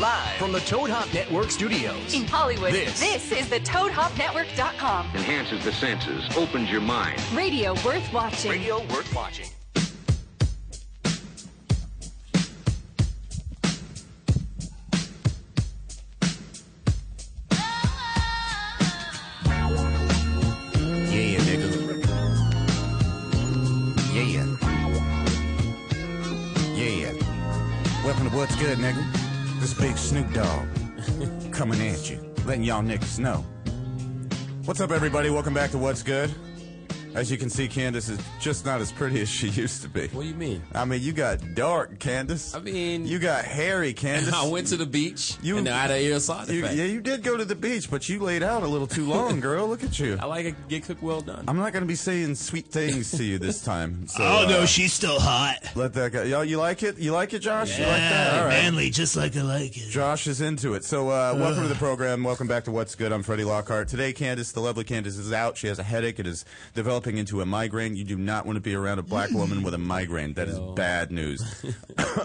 Live from the Toad Hop Network studios. In Hollywood, This. this is the ToadHopNetwork.com. enhances the senses, opens your mind. Radio worth watching. Radio worth watching. Yeah, nigga. Yeah. Yeah. Welcome to What's Good, nigga. This big Snoop Dogg coming at you, letting y'all niggas know. What's up, everybody? Welcome back to What's Good. As you can see, Candace is just not as pretty as she used to be. What do you mean? I mean, you got dark, Candace. I mean- you got hairy, Candace. I went to the beach You- and I had an ear side You, effect. yeah, you did go to the beach, but you laid out a little too long, girl. Look at you. I like to get cooked well done. I'm not going to be saying sweet things to you this time. So, Oh no, uh, she's still hot. let that go. Y'all, you like it? You like it, Josh? you Yeah, like that? All right. manly, just like I like it. Josh is into it. So, uh, welcome to the program. Welcome back to What's Good. I'm Freddie Lockhart. Today, Candace, the lovely Candace, is out. She has a headache. It is developing into a migraine. You do not want to be around a black woman with a migraine. That is bad news.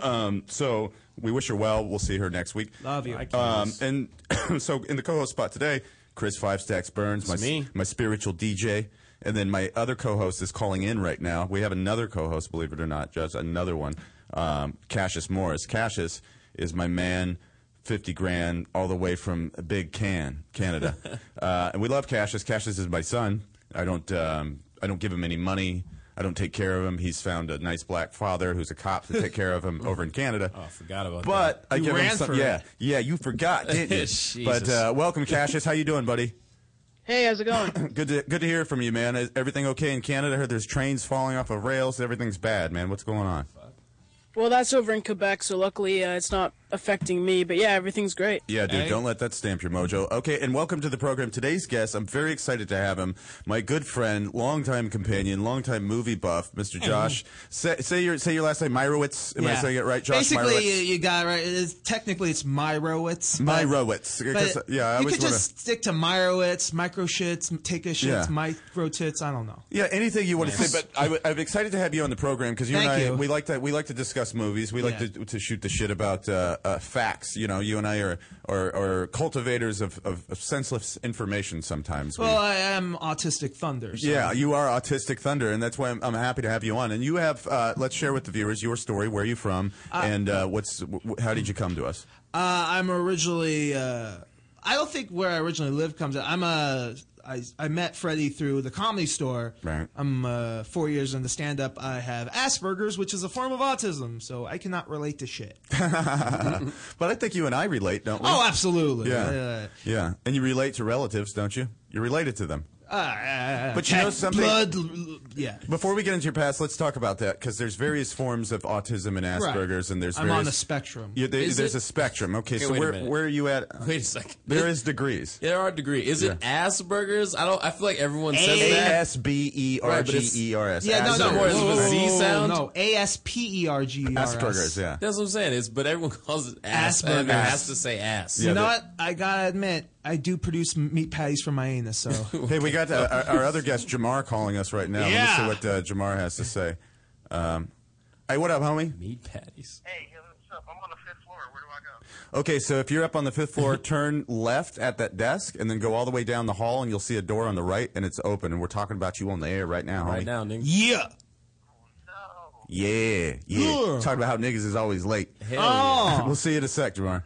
um, so, we wish her well. We'll see her next week. Love you. Um, and so in the co-host spot today, Chris Five Stacks Burns, my, me. my spiritual DJ, and then my other co-host is calling in right now. We have another co-host, believe it or not, Judge, another one, um, Cassius Morris. Cassius is my man. 50 grand all the way from Big Can, Canada. uh, and we love Cassius. Cassius is my son. I don't um, I don't give him any money. I don't take care of him. He's found a nice black father who's a cop to take care of him over in Canada. Oh, I forgot about that. But I You give him ran some. for Yeah, yeah, you forgot, didn't you? Jesus. but uh, welcome, Cassius. How you doing, buddy? Hey, how's it going? Good to good to hear from you, man. Is everything okay in Canada? I heard there's trains falling off of rails. Everything's bad, man. What's going on? well, that's over in Quebec, so luckily uh, it's not affecting me. But yeah, everything's great. Yeah, dude, Hey. don't let that stamp your mojo. Okay, and welcome to the program. Today's guest, I'm very excited to have him. My good friend, longtime companion, longtime movie buff, Mr. Josh. say, say your say your last name, Myrowitz. Am I Mm-hmm. Yeah. saying it right, Josh? Basically, you, Myrowitz. you got it right. It is, technically, it's Myrowitz. but- Myrowitz. but Because, yeah, I you always could wanna- just stick to Myrowitz, micro shits, m- take a shits, Yeah. micro tits. I don't know. Yeah, anything you want to say, but I, w- I'm excited to have you on the program because you and Thank I you. we like to we like to discuss movies. We like Yeah. to, to shoot the shit about uh, uh, facts. You know, you and I are are, are cultivators of, of, of senseless information sometimes. We- Well, I am autistic thunder. So. yeah, you are autistic thunder, and that's why I'm, I'm happy to have you on. And you have uh, let's share with the viewers your story, where you from, and uh, what's w- w- how did you come to us? Uh, I'm originally. Uh, I don't think where I originally lived comes. Out. I'm a. I, I met Freddie through the comedy store. Right. I'm uh, four years into stand up. I have Asperger's, which is a form of autism, so I cannot relate to shit. But I think you and I relate, don't we? oh, absolutely. Uh, yeah, yeah, and you relate to relatives, don't you? You're related to them. Uh, uh, But you know heck, something- Blood, l- l- yeah. Before we get into your past, let's talk about that because there's various forms of autism and Asperger's, and there's I'm various, on the spectrum. Yeah, there- Is there's it- a spectrum. Okay, so wait a where minute. where are you at? Wait a second. There is degrees. There are degree. Is it Asperger's? I don't. I feel like everyone says A that. S B E R Right, but it's- G E R S. Yeah, no, no, Asperger's. whoa, Is it whoa, a Z whoa, whoa, sound? No, A S P E R G E R S. Asperger's. Yeah, That's what I'm saying. It's but everyone calls it ass. Asperger's. Everyone has to say ass. You Yeah, know but- what? I gotta admit, I do produce m- meat patties from my anus. So Hey, we got uh, our, our other guest Jamar calling us right now. Yeah. Let me see what uh, Jamar has to say. Um, hey, what up, homie? Meat patties. Hey, yo, what's up? I'm on the fifth floor. Where do I go? Okay, so if you're up on the fifth floor, turn left at that desk, and then go all the way down the hall, and you'll see a door on the right, and it's open. And we're talking about you on the air right now, homie. Right now, nigga. Yeah. No. Yeah, yeah. Yeah. Talk about how niggas is always late. Hell Oh. We'll see you in a sec, Jamar.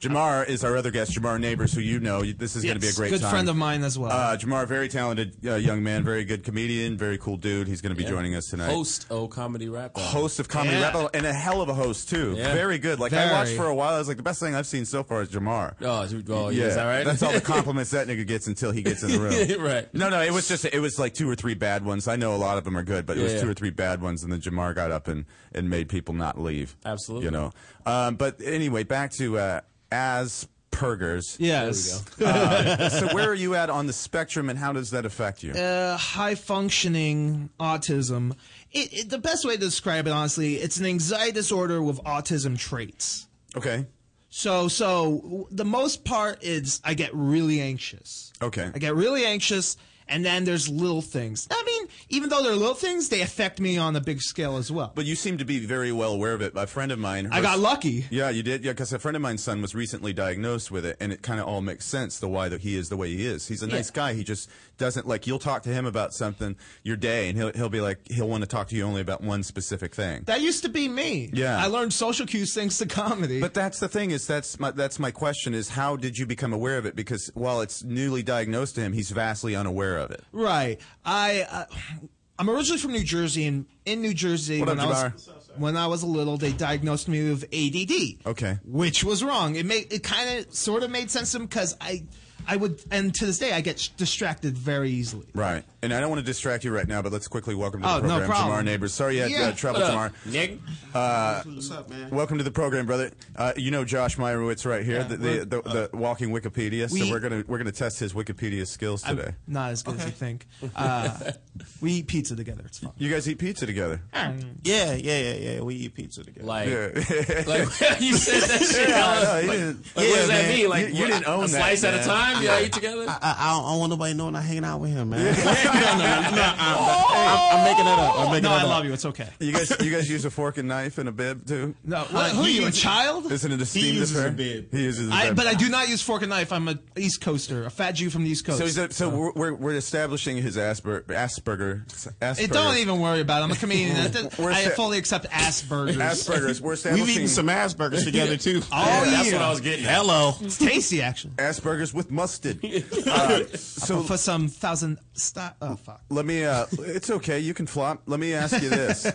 Jamar is our other guest, Jamar Neighbors, who you know. You- This is going to be a Yes, great good time. friend of mine as well. Uh, Jamar, very talented uh, young man, very good comedian, very cool dude. He's going to be yeah. joining us tonight. Host oh comedy rap. album. Host of comedy Yeah. rap Battle, and a hell of a host too. Yeah. Very good. Like I Very. watched for a while. I was like, the best thing I've seen so far is Jamar. Oh, is- oh yeah. Is that right? That's all the compliments that nigga gets until he gets in the room. Right. No, no, it was just it was like two or three bad ones. I know a lot of them are good, but it was Yeah, yeah. two or three bad ones, and then Jamar got up and and made people not leave. Absolutely. You know. Um, but anyway, back to uh, Asperger's. yes, Uh, so where are you at on the spectrum, and how does that affect you? uh, high functioning autism. It, it, the best way to describe it, honestly, it's an anxiety disorder with autism traits. okay. So, so w- the most part is I get really anxious. Okay. I get really anxious, And then there's little things. I mean, even though they're little things, they affect me on a big scale as well. But you seem to be very well aware of it. A friend of mine. I her- got lucky. Yeah, you did. Yeah, because a friend of mine's son was recently diagnosed with it, and it kind of all makes sense the why that he is the way he is. He's a nice guy. He just doesn't like. You'll talk to him about something your day, and he'll he'll be like he'll want to talk to you only about one specific thing. That used to be me. Yeah. I learned social cues thanks to comedy. But that's the thing is that's my that's my question is how did you become aware of it? Because while it's newly diagnosed to him, he's vastly unaware of it. Right. I uh, I'm originally from New Jersey, and in New Jersey, What up, when I was Jabbar? when I was little, they diagnosed me with ADD. Okay. Which was wrong. It made it kind of sort of made sense to because I I would and to this day I get sh- distracted very easily. Right. And I don't want to distract you right now, but let's quickly welcome to the Oh, no program Jamar problem. Neighbors. Sorry you had Yeah. uh, trouble, What Jamar. Uh, up, Nick? What's up, man? Welcome to the program, brother. Uh, you know Josh Meyerowitz right here, the, the, the, Uh, the walking Wikipedia. so we- we're gonna we're gonna test his Wikipedia skills today. Not as good as you think. Uh, we eat pizza together. It's fun. you guys eat pizza together. Yeah, yeah, yeah, yeah. We eat pizza together. Like, Yeah. like you said that shit. I was No, like, you didn't- like, what does that man. mean? Like, You- you what, didn't own a that, slice at man. a time. Y'all eat together. I, I, don't, I don't want nobody knowing I'm hanging out with him, man. no, no, no, no, I'm, I'm making it up. Oh! I'm making No, it I up. love you. It's okay. You guys you guys use a fork and knife and a bib too? No, what, who are you, a child? Isn't it a steam uses affair? a bib. He uses a I, bib. but I do not use fork and knife. I'm a East Coaster, a fat Jew from the East Coast. So, he's a, so we're, we're we're establishing his Asper, Asperger. Asperger. It don't even worry about it. I'm a comedian. I, We're I sa- fully accept Asperger's. Asperger's. We're We've establishing eaten some Asperger's together too. oh, yeah. That's what I was getting. At. Hello. It's tasty, actually. Asperger's with mustard. Uh, so For some thousand. St- oh, fuck. let me. Uh, it's okay. You can flop. Let me ask you this.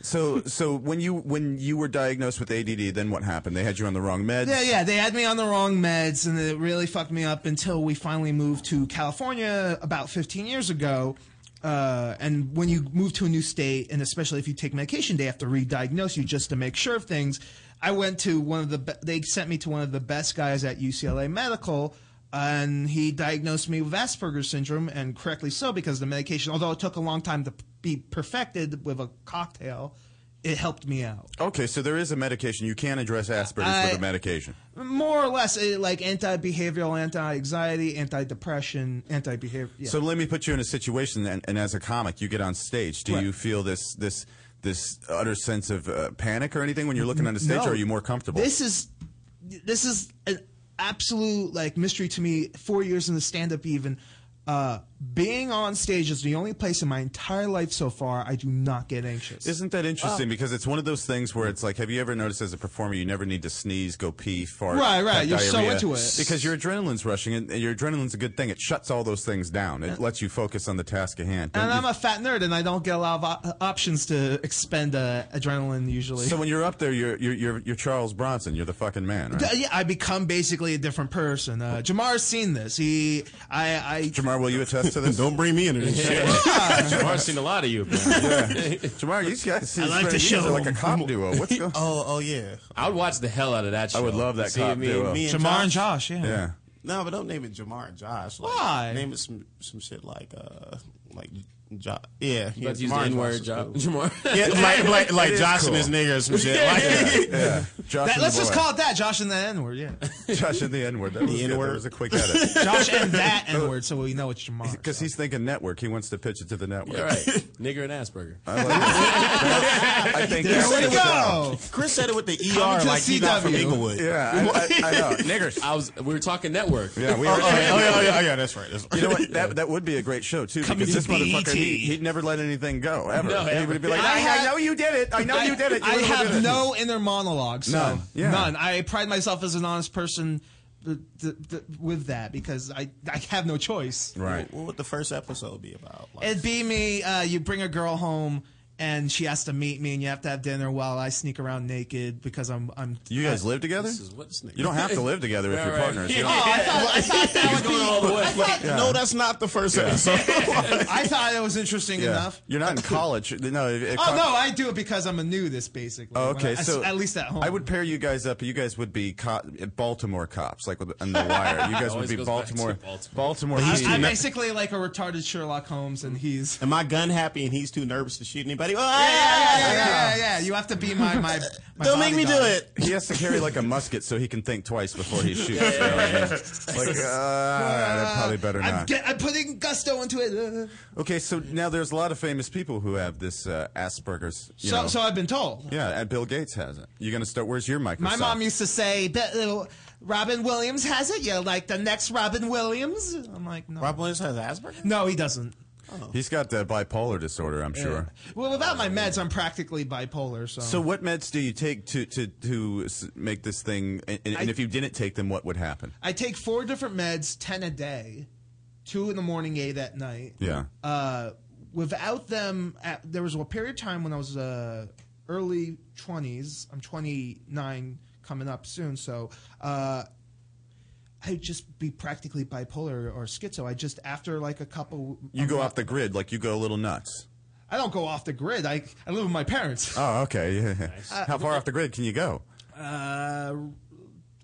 So so when you when you were diagnosed with ADD, then what happened? They had you on the wrong meds. Yeah, yeah. They had me on the wrong meds, and it really fucked me up until we finally moved to California about 15 years ago. Uh, and when you move to a new state, and especially if you take medication, they have to re-diagnose you just to make sure of things. I went to one of the. Be- they sent me to one of the best guys at UCLA Medical. And he diagnosed me with Asperger's syndrome, and correctly so, because the medication, although it took a long time to be perfected with a cocktail, it helped me out. Okay, so there is a medication. You can address Asperger's I- with a medication. more or less eh, like anti-behavioral, anti-anxiety, anti-depression, anti-behavior. Yeah. So let me put you in a situation, and, and as a comic, you get on stage. Do Right. you feel this this this utter sense of uh, panic or anything when you're looking on the stage, or are you more comfortable? This is this is an absolute like mystery to me. Four years in the stand-up, even uh, being on stage is the only place in my entire life so far I do not get anxious. Isn't that interesting? Because it's one of those things where it's like, have you ever noticed as a performer, you never need to sneeze, go pee, fart, Right, right. have You're so diarrhea? into it. because your adrenaline's rushing, and and your adrenaline's a good thing. It shuts all those things down. It lets you focus on the task at hand. and Don't I'm you- a fat nerd, and I don't get a lot of op- options to expend uh, adrenaline usually. so when you're up there, you're you're you're, you're Charles Bronson. You're the fucking man, right? Uh, yeah, I become basically a different person. Uh, Jamar's seen this. He, I, I Jamar, will you attest to this? Don't bring me into this shit. I've seen a lot of you. man. Jamar, these guys, I like these the guys are show. like a cop duo. What's going? Oh, oh yeah. I would watch the hell out of that. Show. I would love that See what I cop mean? duo. Me and Jamar Josh- and Josh, yeah. Yeah. No, but don't name it Jamar and Josh. Like, Why? Name it some some shit like uh like Josh. Yeah, yeah Let's use the Jamar and N Josh word, is Josh. cool. Jamar. Yeah, like like like It is Josh cool. and his nigger or some shit. like, Yeah. Josh That, and let's the just boy. call it that. Josh and the N word, yeah. Josh and the N word. That was good. That N-word. was a quick edit. Josh and that N word, so we know it's Jamar. Because he's thinking network. He wants to pitch it to the network. All right, nigger and Asperger. I, like it. I think that's There we good. go. Chris said it with the Come er to like he's not from CW. Inglewood. Yeah, I, I, I know. Niggers. I was. We were talking network. Yeah, we Oh, were. oh, yeah, oh, yeah, oh, yeah, oh, yeah, that's right. That's right. You know what? That, that would be a great show too, Coming because this to BET. motherfucker he, he'd never let anything go ever. No, he ever. would be like, I I, I have- know you did it. I know you did it. You I really did have it." no inner monologue. So None. Yeah. None. I pride myself as an honest person th- th- th- with that because I, I have no choice. Right. What would the first episode be about? Like, It'd be me, uh, you bring a girl home. And she has to meet me, and you have to have dinner while I sneak around naked because I'm. I'm You guys live together? This is what's nigger. You don't have to live together with All your right. partners. You Yeah. don't- He's going all the way. No, that's not the first episode. I thought it was interesting yeah. enough. You're not in college. No. It, it Oh no, I do it because I'm a nudist, basically. Oh, when okay, I- so at least at home. I would pair you guys up. You guys would be co- Baltimore cops, like with, on the wire. You guys would Always be goes back to Baltimore, Baltimore. Baltimore. I- PD. I'm basically like a retarded Sherlock Holmes, and he's Am I gun happy and he's too nervous to shoot anybody? body. Well, ah, yeah, yeah, yeah. You have to be my my. my Don't make me do bodyguard. it. He has to carry like a musket so he can think twice before he shoots. you know what I mean? Like, uh, I probably better I'm, not. get, I'm putting gusto into it. Uh, Okay, so now there's a lot of famous people who have this uh, Asperger's. You so, know. so I've been told. yeah, and Bill Gates has it. You're gonna start. Where's your Microsoft? My mom used to say, "But, uh, "Robin Williams has it." You're like the next Robin Williams. I'm like, no, Rob Williams has Asperger's. no, he doesn't. He's got uh, bipolar disorder, I'm sure. Well, without my meds, I'm practically bipolar. So, So, what meds do you take to to to s- make this thing? And, and I- if you didn't take them, what would happen? I take four different meds, ten a day, two in the morning, eight at night. Yeah. Uh, without them, at, there was a period of time when I was uh, early twenties. I'm 29, coming up soon. So. Uh, I'd just be practically bipolar or schizo. I just after like a couple. you go off the grid, like you go a little nuts. I don't go off the grid. I I live with my parents. Oh, okay. Yeah. How far off the grid can you go? Uh,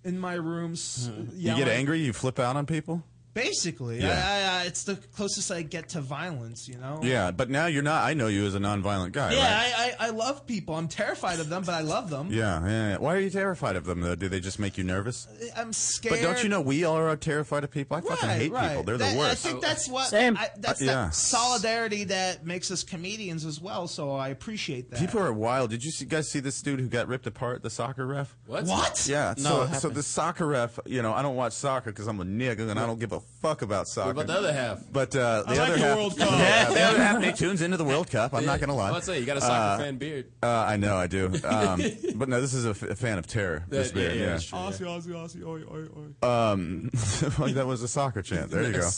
in my rooms. Hmm. You get angry, you flip out on people. Basically, Yeah. I, I, I, it's the closest I get to violence. You know. Yeah, but now you're not. I know you as a nonviolent guy. Yeah, right? I, I, I love people. I'm terrified of them, but I love them. yeah, yeah. Why are you terrified of them though? Do they just make you nervous? I'm scared. But don't you know we all are terrified of people? I Right, fucking hate right. people. They're That- the worst. I think that's what. Same. I, that's Uh, yeah. that solidarity that makes us comedians as well. So I appreciate that. People are wild. Did you see, guys see this dude who got ripped apart? The soccer ref. What? what? Yeah. No, it so, so happened. the soccer ref. You know, I don't watch soccer because I'm a nigga and I don't give a fuck about soccer. What about the other half? But uh, the like other the half, World Cup. yeah, the other half, he tunes into the World Cup. I'm not gonna lie. I'd say you got a soccer Uh, fan beard. Uh, I know, I do. Um, but no, this is a, f- a fan of terror. This yeah, beard, yeah, yeah. that's true, yeah. Aussie, Aussie, Aussie, oi, oi, oi. Um, like that was a soccer chant. There you go.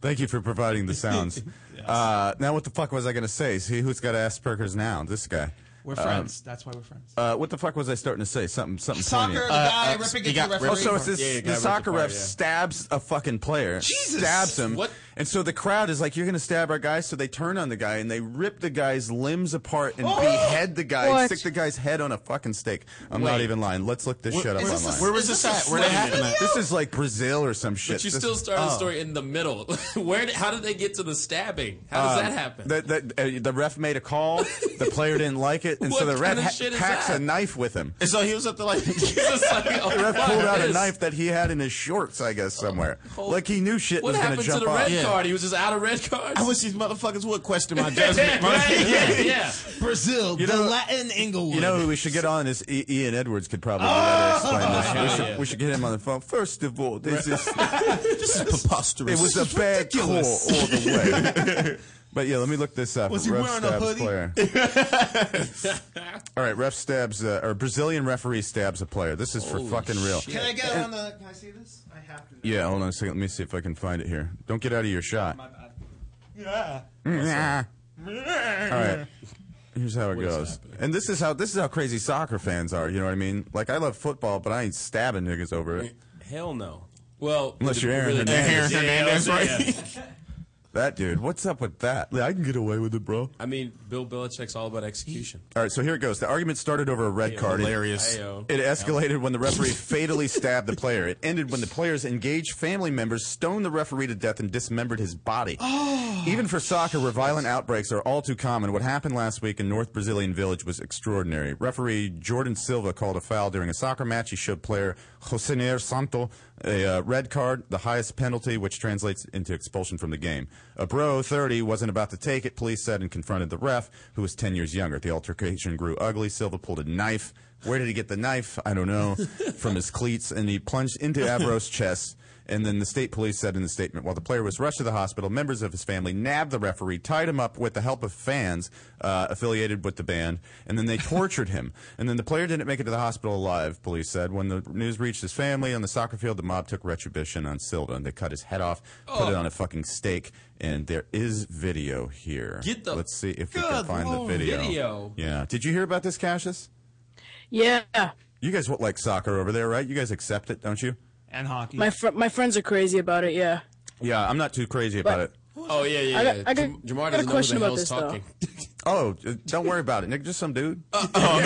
Thank you for providing the sounds. uh, now, what the fuck was I going to say? See who's got Asperger's now? This guy. We're friends. that's why we're friends. um, Uh, what the fuck was I starting to say? Something, something. Soccer, the poignant. guy uh, ripping he into got- the referee. Oh, so it's this, Yeah, yeah, guy the ripped soccer apart, ref yeah. stabs a fucking player, Jesus! stabs him, What? and so the crowd is like, "You're gonna stab our guy," so they turn on the guy and they rip the guy's limbs apart Oh! and behead the guy, What? stick the guy's head on a fucking stake. I'm not Wait. even lying. Let's look this shit up is this a online. Where was Is this this a at? Where did it slutty happen at? this is like Brazil or some shit. But you This- still started the story in the middle. Where? Did, how did they get to the stabbing? How Um, does that happen? The, the, uh, the ref made a call. the player didn't like it, and so What the ref kind of ha- shit is packs that? a knife with him. And so he was at the like. It's just like, oh, The ref fuck pulled out a this. knife that he had in his shorts, I guess, somewhere. Oh. Like he knew shit What was going happened to jump the off. red Yeah. card? He was just out of red cards. I wish these motherfuckers would question my yeah, judgment. bro. right, yeah, yeah. Brazil, the Latin Englewood. You know uh, who we should get on is I- Ian Edwards could probably better Oh, explain this. We should, we should get him on the phone. First of all, this is this is it preposterous. was a bad call all ridiculous. the way. But yeah, let me look this up. Was he ref wearing a stabs hoodie? player. all right, ref stabs uh, or Brazilian referee stabs a player. This is for fucking real. Can I get on the? Can I see this? I have to. uh, Know. Yeah, hold on a second. Let me see if I can find it here. Don't get out of your shot. My bad. All right. Here's how it goes. And this is how this is how crazy soccer fans are, you know what I mean? Like I love football, but I ain't stabbing niggas over it. Hell no. Well, Unless you're Aaron really- Hernandez. Yeah, yeah, yeah, yeah. That dude, what's up with that? I can get away with it, bro. I mean, Bill Belichick's all about execution. All right, so here it goes. The argument started over a red card. hilarious. Ayo. It escalated when the referee fatally stabbed the player. It ended when the player's engaged family members stoned the referee to death and dismembered his body. Oh, Even for soccer, where violent outbreaks are all too common, what happened last week in North Brazilian Village was extraordinary. Referee Jordan Silva called a foul during a soccer match. He showed player Josenier Santo a uh, red card, the highest penalty, which translates into expulsion from the game. A bro, 30, wasn't about to take it, police said, and confronted the ref, who was 10 years younger. The altercation grew ugly. Silva pulled a knife. Where did he get the knife? I don't know. From his cleats, and he plunged into Abro's chest. And then the state police said in the statement, while the player was rushed to the hospital, members of his family nabbed the referee, tied him up with the help of fans uh, affiliated with the band, and then they tortured him. And then the player didn't make it to the hospital alive, police said. When the news reached his family on the soccer field, the mob took retribution on Silva, and they cut his head off, put Oh. it on a fucking stake. And there is video here. Get the- Let's see if we can find the video. video. Yeah. Did you hear about this, Cassius? Yeah. You guys what, like soccer over there, right? You guys accept it, don't you? And hockey. My fr- my friends are crazy about it. Yeah. Yeah, I'm not too crazy about But- it. Oh yeah, yeah, yeah. I got- I got- Jam- I got Jamar doesn't know who a question the about hell's this, though. talking. Oh, uh, don't worry about it, nigga. Just some dude.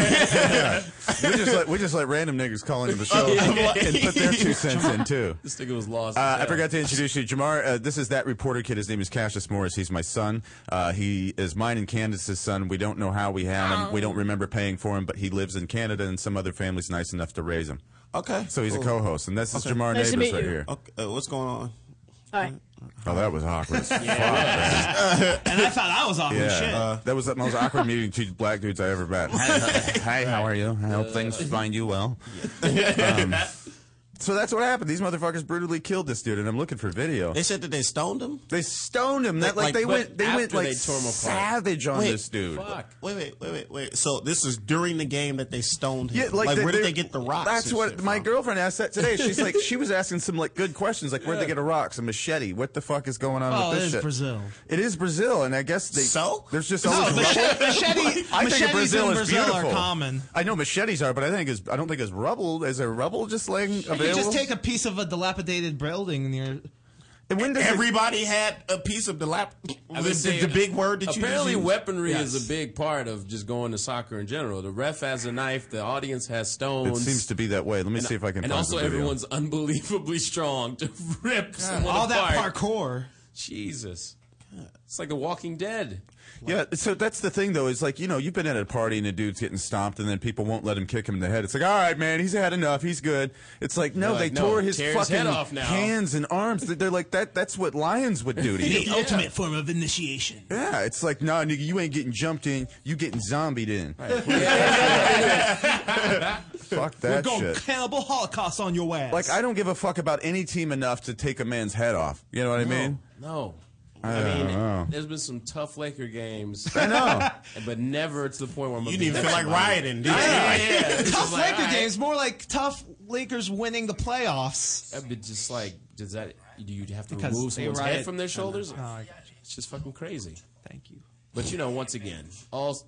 Yeah. We just let we just let random niggas call into the show and put their two cents in too. This nigga was lost. Uh, I forgot to introduce you, Jamar. Uh, this is that reporter kid. His name is Cassius Morris. He's my son. Uh, he is mine and Candace's son. We don't know how we had him. We don't remember paying for him, but he lives in Canada, and some other family's nice enough to raise him. Okay. Oh, So he's a co-host, and this is Jamar Nice Neighbors to meet right you. here. Okay, uh, what's going on? Hi. Oh, that was awkward. as fuck, man. And I thought I was awkward Yeah, as shit. Uh, that was the most awkward meeting two black dudes I ever met. Hi, how are you? I hope things find you well. Um, so that's what happened. These motherfuckers brutally killed this dude, and I'm looking for video. They said that they stoned him. They stoned him. That like, Like, they but went they went after like they tore him apart. savage on Wait, this dude. Fuck. Wait, wait, wait, wait, wait. So this is during the game that they stoned him. Yeah, like, where did they're- they get the rocks? That's and what shit my from? girlfriend asked that today. She's like, she was asking some like good questions, like where'd they get a rock, a machete, what the fuck is going on with Oh, it this is shit? Brazil. It is Brazil, and I guess they So? there's just No, always machete, machete, I machetes think of Brazil in is Brazil beautiful. are common. I know machetes are, but I think it's, I don't think it's rubble. Is there rubble just laying available? You just take a piece of a dilapidated building near. and when does it- Everybody had a piece of the lap. I The, would say- the big word that you apparently just used. weaponry Yes. is a big part of just going to soccer in general. The ref has a knife. The audience has it stones. seems to be that way. Let me see if I can. and find also the video. everyone's unbelievably strong to rip someone All that apart. parkour. Jesus, it's like The Walking Dead. Yeah, so that's the thing though. Is like you know you've been at a party and a dude's getting stomped, and then people won't let him kick him in the head. It's like, all right, man, he's had enough. He's good. It's like, no, They're they like, no, tore his tear fucking his head off now. hands and arms. They're- They're like that. That's what lions would do to you. ultimate form of initiation. yeah, it's like, nah, nigga, you ain't getting jumped in. You getting zombied in. Fuck We're that going shit. cannibal holocaust on your ass. Like I don't give a fuck about any team enough to take a man's head off. You know what I mean? No. I mean, there's been some tough Laker games, I know. but never to the point where I'm. You didn't even feel like rioting, did you? Ah, Yeah, yeah. It's tough just like, Laker all right. games, more like tough Lakers winning the playoffs. I'd be just like, does that? Do you have to Because remove they someone's riot- head from their shoulders? Oh, I It's just fucking crazy. Thank you. But you know, once again, all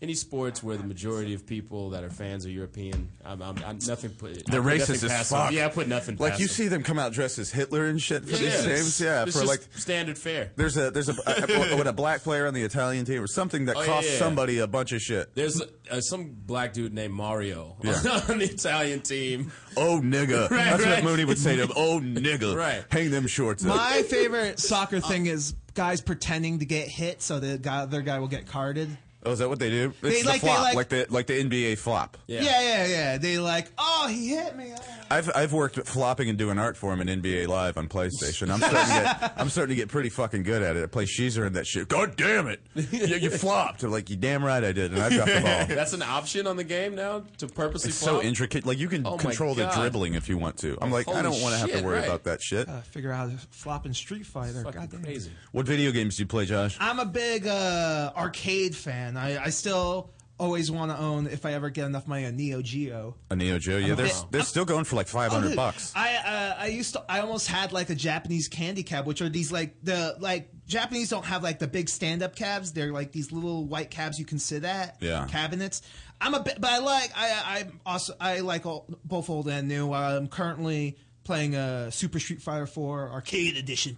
any sports where the majority of people that are fans are European, I'm, I'm, I'm nothing. Put, They're I put racist nothing as past fuck. Them. Yeah, I put nothing. Like past you them. see them come out dressed as Hitler and shit for these games. Yeah, It's for just like standard fare. There's a there's a, a, a- a black player on the Italian team or something that Oh, yeah, cost yeah. somebody a bunch of shit. There's uh, some black dude named Mario Yeah. on the Italian team. Oh nigga, that's right. what Mooney would say to him. Oh nigga, Right. Hang them shorts. up. My favorite soccer thing is guys pretending to get hit so the guy, their guy will get carded. oh, is that what they do? It's They the like- they flop, like- the like the NBA flop. Yeah, yeah, yeah. They like, oh, he hit me. Ah. I've I've worked at flopping and doing art form in NBA Live on PlayStation. I'm starting to get I'm starting to get pretty fucking good at it. I play Sheezer and that shit. God damn it, you, you flopped. I'm like you damn right I did, and I dropped the ball. That's an option on the game now to purposely. It's so flop? intricate. Like you can Oh my control the God. dribbling if you want to. I'm like I Holy don't want to have to shit, worry right. about that shit. Uh, figure out how to flop in Street Fighter. Fucking God damn. crazy. What video games do you play, Josh? I'm a big uh, arcade fan. I, I still always want to own, if I ever get enough money, a Neo Geo. A Neo Geo. Yeah, they're, fan. they're still going for like five hundred Dude, bucks. I uh, I used to I almost had like a Japanese candy cab, which are these like the like Japanese don't have like the big stand up cabs. They're like these little white cabs you can sit at. Yeah. Cabinets. I'm a bit, but I like I I'm also I like all, both old and new. I'm currently playing uh, Super Street Fighter 4 Arcade Edition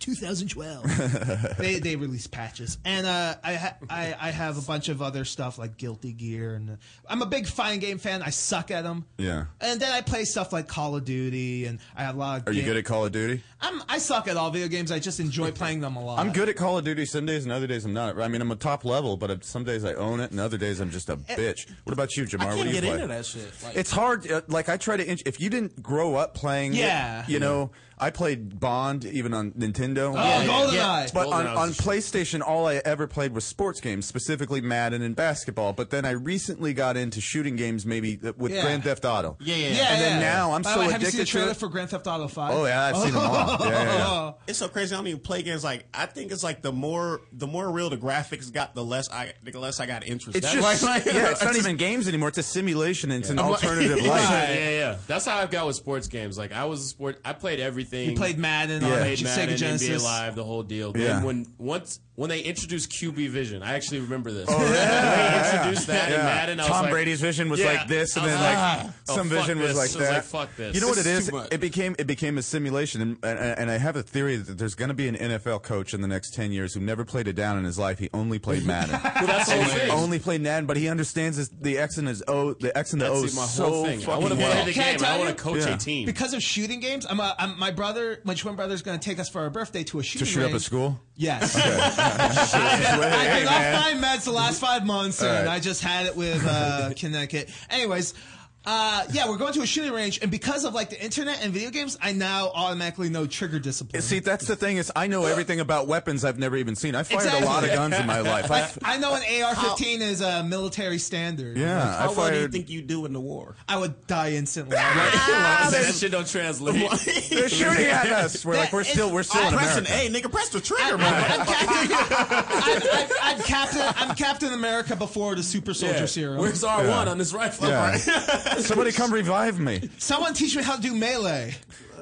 2012. they they release patches, and uh, I, ha- I I have a bunch of other stuff like Guilty Gear, and uh, I'm a big fine game fan. I suck at them. Yeah. And then I play stuff like Call of Duty, and I have a lot of. Are you good at Call of Duty? I'm, I suck at all video games. I just enjoy playing them a lot. I'm good at Call of Duty some days, and other days I'm not. I mean, I'm a top level, but some days I own it, and other days I'm just a Eh, bitch. What about you, Jamar? I what can't do you get play? into that shit. Like, It's hard. Uh, like I try to. Int- if you didn't grow up playing, it, Yeah. you know, I played Bond even on Nintendo. Oh, yeah, GoldenEye. yeah. But on, GoldenEye was on the shit. PlayStation, all I ever played was sports games, specifically Madden and basketball. But then I recently got into shooting games, maybe uh, with Yeah. Grand Theft Auto. Yeah, Yeah, yeah. And then yeah. now I'm By the so way, Have you addicted seen the to trailer it. for Grand Theft Auto 5? Oh yeah, I've seen them all. Yeah, yeah, yeah. oh. It's so crazy. I don't even play games. Like I think it's like the more the more real the graphics got, the less I the less I got interest. It's That's just why- yeah, it's not even games anymore. It's a simulation. and It's an I'm like- alternative Yeah, life. Yeah, yeah. That's how I've got with sports games. Like I was a sport. I played everything. You played Madden on Yeah. Played Sega Madden, Genesis. NBA Live, the whole deal. Then Yeah. when once when they introduced QB Vision, I actually remember this. Oh, yeah. When they introduced that in Madden. I was Tom like, Brady's vision was yeah. like this, and I was then like, like oh, some fuck vision was this. like I was that. like, fuck this. You know what This it is is? too much. It became it became a simulation, and, and and and I have a theory that there's going to be an NFL coach in the next ten years who never played a down in his life. He only played Madden. Well, that's the And whole he thing. only played Madden, but he understands his, the X and his O, the X and the O That's my so whole thing. I fucking want to well. play the Can I game. I, tell want you? to coach Yeah. a team. Because of shooting games, I'm, a, I'm my brother, my twin brother's going to take us for our birthday to a shooting to shoot up range. a school. Yes. I've been off my meds the last five months, and right. I just had it with uh, Connecticut. Anyways, uh, yeah, we're going to a shooting range, and because of like the internet and video games, I now automatically know trigger discipline. Eh, See, that's the thing is, I know everything about weapons I've never even seen. I fired Exactly. a lot of guns in my life. I, I know an AR-15 is a military standard. yeah, How I well do you fired. think you do in the war? I would die instantly. Ah, that shit don't translate. They're shooting at us. We're That like, we're is- still, we're still I in Press an America. A, nigga. Press the trigger, man. I'm, Captain, I'm, I'm, I'm Captain. I'm Captain America before the super soldier Yeah. serum. Where's R1 on this rifle? Yeah. Somebody come revive me. Someone teach me how to do melee.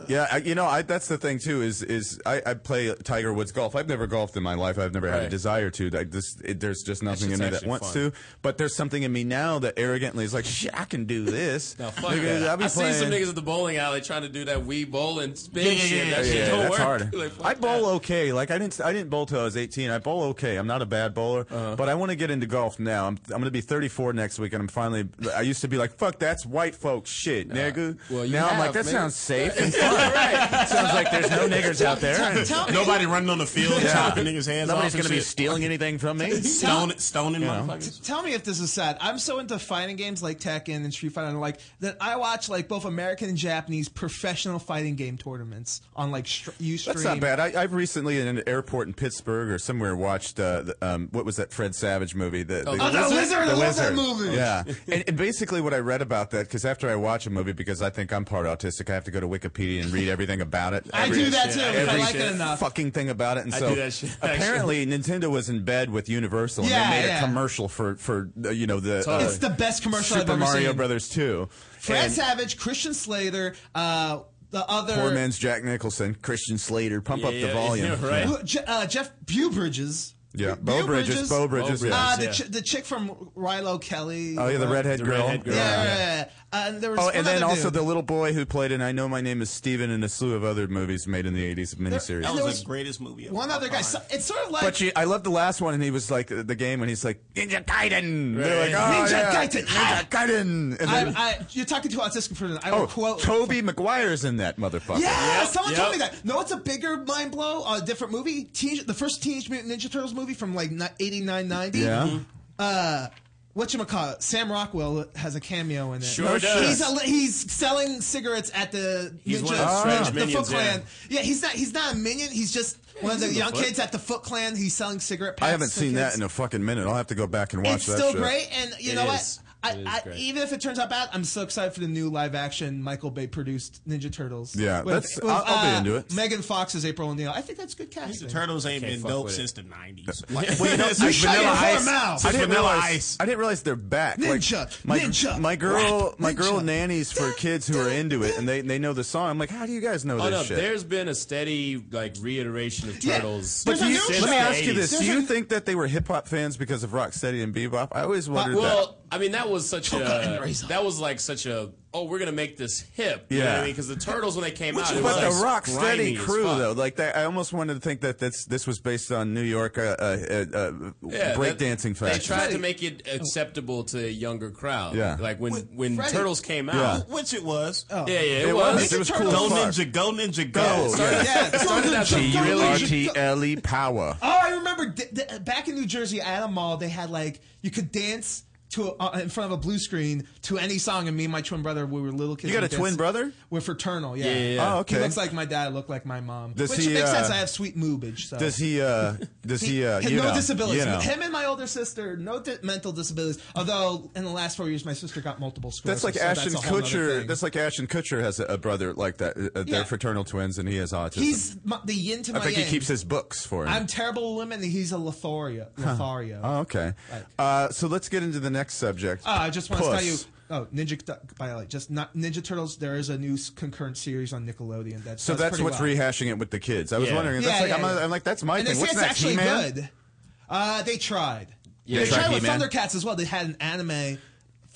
Yeah, I, you know, I, that's the thing too. Is is I, I play Tiger Woods golf. I've never golfed in my life. I've never had a Right. desire to. Like this, it, there's just nothing in shit's me that actually wants fun. to. But there's something in me now that arrogantly is like, shit, I can do this. No, fuck Nigga, that. I'll be I playing. seen some niggas at the bowling alley trying to do that wee bowling spin shit. That Yeah, shit don't that's work. hard. Like, fuck I bowl that. okay. Like I didn't, I didn't bowl till I was 18. I bowl okay. I'm not a bad bowler, Uh-huh. but I want to get into golf now. I'm, I'm going to be 34 next week, and I'm finally. I used to be like, fuck, that's white folks shit, nigga. Well, you now I'm have, like, that man. sounds safe and fun. Sounds like there's no niggers out there. and Tell me, Nobody running on the field, Yeah. chopping niggas' hands Nobody's off. and going to be shit. stealing anything from me. Stone, stoning motherfuckers. tell me if this is sad. I'm so into fighting games like Tekken and Street Fighter, and like that. I watch like both American and Japanese professional fighting game tournaments on like str- Ustream. That's not bad. I, I've recently in an airport in Pittsburgh or somewhere watched uh, the, um, what was that Fred Savage movie? The, Oh, Oh, the Wizard! I love that movie. Yeah, and, and basically what I read about that because after I watch a movie, because I think I'm part autistic, I have to go to Wikipedia and read everything about it. I do that too. Every If I like it shit. enough. fucking thing about it, and I so do that shit, actually. apparently Nintendo was in bed with Universal, and Yeah, they made yeah. a commercial for for uh, you know the Totally. It's the best commercial Super I've ever Mario seen. Brothers two. Fred And- Savage, Christian Slater, uh, the other Poor man's Jack Nicholson, Christian Slater, pump up Yeah, the yeah, volume. yeah, right. Who- Je- uh, Jeff Bewbridges. Yeah, Bu- Bo Bridges, Bo Bridges, Bo yeah. Uh, Bridges, the, yeah. ch- the chick from Rilo Kelly. Oh yeah, the redhead Uh, The girl. redhead girl. Yeah, yeah, yeah, yeah. Uh, and there was Oh, one and then other also dude. the little boy who played in I Know My Name is Steven and a slew of other movies made in the 80s miniseries. That There was was the greatest movie. of one all other guy. time. So, it's sort of like But you, I love the last one, and he was like the game when he's like Ninja Gaiden. They're like, oh, Ninja yeah, Gaiden. Ninja Gaiden. And I, then, I, you're talking to autistic person. I will oh, quote. Toby Maguire's in that motherfucker. yeah, someone told me yep. that. No, it's a bigger mind blow. A different movie. Teenage, the first Teenage Mutant Ninja Turtles movie from like ni- 89, 90. Yeah. Uh, whatchamacallit? Sam Rockwell has a cameo in it. Sure does. He's, a, he's selling cigarettes at the He's ninja, one of the Ah. strange the minions, Foot Clan. Yeah. he's not. He's not a minion. He's just one of the in the young Foot. kids at the Foot Clan. He's selling cigarette. Packs I haven't to seen that kids. in a fucking minute. I'll have to go back and watch it's that. still shit. great, and you It know is. what? It is I, I, great. even if it turns out bad, I'm so excited for the new live action Michael Bay produced Ninja Turtles. uh, Yeah, that's- I'll- I'll be into it. Megan Fox is April O'Neil. I think that's good The casting. turtles ain't can't been fuck dope with it. since the nineties. Like, Well, you know, since Vanilla Vanilla Ice- Ice. I didn't Vanilla realize. Ice. I didn't realize they're back. Ninja, my, ninja, my girl, rap, my girl ninja. nannies for kids who are into it, and they they know the song. I'm like, how do you guys know Oh, this no, shit? there's been a steady like reiteration of Yeah, turtles. but since you- the Let me ask you 80s. this: Do There's you a- think that they were hip hop fans because of Rocksteady and Bebop? I always wondered Well, I mean, that was such and a razor. that was like such a oh, we're gonna make this hip. You know what Yeah. I mean, because the turtles when they came out, that. it But was the like grimy Rocksteady as crew, fuck. though, like that, I almost wanted to think that this this was based on New York uh, uh, uh, Yeah, breakdancing that- They fashion. tried to make it acceptable to a younger crowd. Yeah. like when when Freddy- turtles came Yeah. out. Which it was. Oh. Yeah, yeah, it, It was. was. It was cool. Go as fuck. ninja, go ninja, go. Go, Sorry. yeah. Yeah, started out to Ninja be really- Turtles. R-T-L-E E power. Oh, I remember d- d- back in New Jersey at a mall, they had like you could dance to a, uh, in front of a blue screen to any song. And me and my twin brother, we were little kids. You got we a twin danced- brother? We're fraternal. Yeah. Yeah, yeah, yeah. Oh, okay. He looks like my dad. I look like my mom. Does which he, makes uh, sense. I have sweet moobage. So. Does he? uh Does he? uh had you no know, disabilities. You know. Him and my older sister, no di- mental disabilities. Although in the last four years, my sister got multiple sclerosis. That's like so Ashton that's a whole nother Kutcher. thing. That's like Ashton Kutcher has a, a brother like that. Uh, uh, Yeah. They're fraternal twins, and he has autism. he's my, the yin to I my think he yang. keeps his books for him. I'm terrible with women. and He's a Lothario. Lothario. Oh, okay. Uh, so let's get into the next subject. Uh, I just want Puss. to tell you. Oh, Ninja Duck- by the way, just not Ninja Turtles. There is a new s- concurrent series on Nickelodeon. That's So that's what's well. rehashing it with the kids. I was Yeah. wondering. That's Yeah, like, yeah, I'm, yeah. I'm like, that's my And they thing. say What's it's next, actually He-Man? good. Uh, they tried. Yeah, they they tried tried with He-Man. Thundercats as well. They had an anime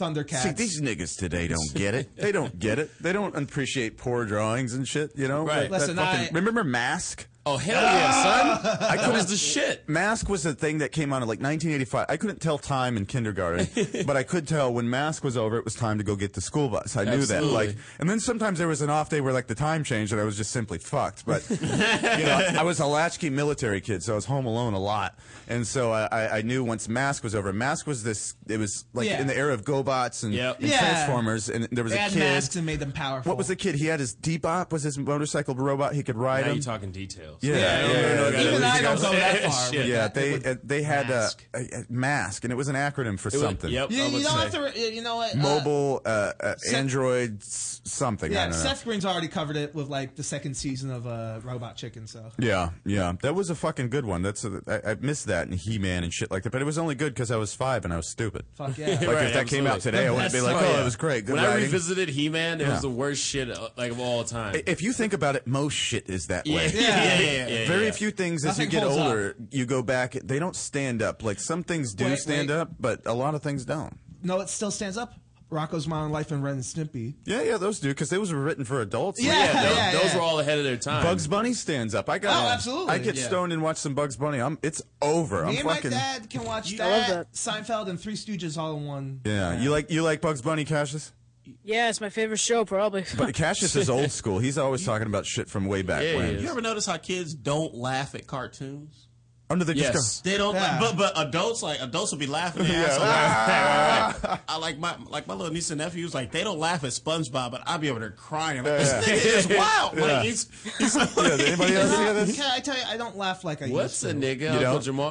Thundercats. See, these niggas today don't get it. They don't get it. They don't appreciate poor drawings and shit. You know, Right. Listen, I- remember Mask? Oh hell yeah, son! I that was the shit. Mask was the thing that came out in like 1985. I couldn't tell time in kindergarten, but I could tell when Mask was over, it was time to go get the school bus. I knew Absolutely. that. Like, and then sometimes there was an off day where like the time changed and I was just simply fucked. But you know, I was a latchkey military kid, so I was home alone a lot, and so I, I, I knew once Mask was over. Mask was this. It was like Yeah. in the era of GoBots and, Yep. and Yeah. Transformers, and there was They a had kid. masks and made them powerful. what was the kid? He had his Debop. Was his motorcycle robot? He could ride Now him. you talking details. Yeah, yeah, yeah, yeah, yeah. Even I don't go that far. Shit. Yeah, they uh, they had a, Mask. a, a mask, and it was an acronym for It was- something. Yep. You, I you would don't have say. to. re- You know what? uh, Mobile uh, uh, Android s- something. I yeah, don't know. Seth Green's already covered it with like the second season of uh, Robot Chicken. So yeah, yeah, that was a fucking good one. That's a, I, I missed that and He Man and shit like that. But it was only good because I was five and I was stupid. fuck yeah. Like Right, if that came out absolutely. today, I would be like, That's- oh, yeah. it was great. Good when I writing. revisited He Man, it Yeah. was the worst shit uh, like of all time. I- if you think about it, most shit is that way. Yeah. Very few things as you Nothing get holds older, you go back. They don't stand up. Like some things do Wait, stand wait. up, but a lot of things don't. No, it still stands up. Rocco's Modern Life and Ren and Snippy. Yeah, yeah, those do because they was written for adults. Yeah. Yeah, those, yeah, those yeah. were all ahead of their time. Bugs Bunny stands up. I got. Oh, absolutely. I get Yeah. stoned and watch some Bugs Bunny. I'm. It's over. I'm Me and fucking. my dad can watch I love that, Seinfeld and Three Stooges all in one. Yeah. You like you like Bugs Bunny, Cassius? Yeah, it's my favorite show probably. But Cassius is old school. He's always talking about shit from way back Yeah, he when. is. You ever notice how kids don't laugh at cartoons? Under the Yes. just They don't, Yeah. but but adults like adults will be laughing. Their ass off. I like my like my little niece and nephews. Like they don't laugh at SpongeBob, but I'll be over there crying. I'm Like, this nigga is wild. Like, he's, he's go. Yeah, did anybody else hear this? Can I tell you, I don't laugh like I What's a used to. nigga? You Uncle don't? Jamal.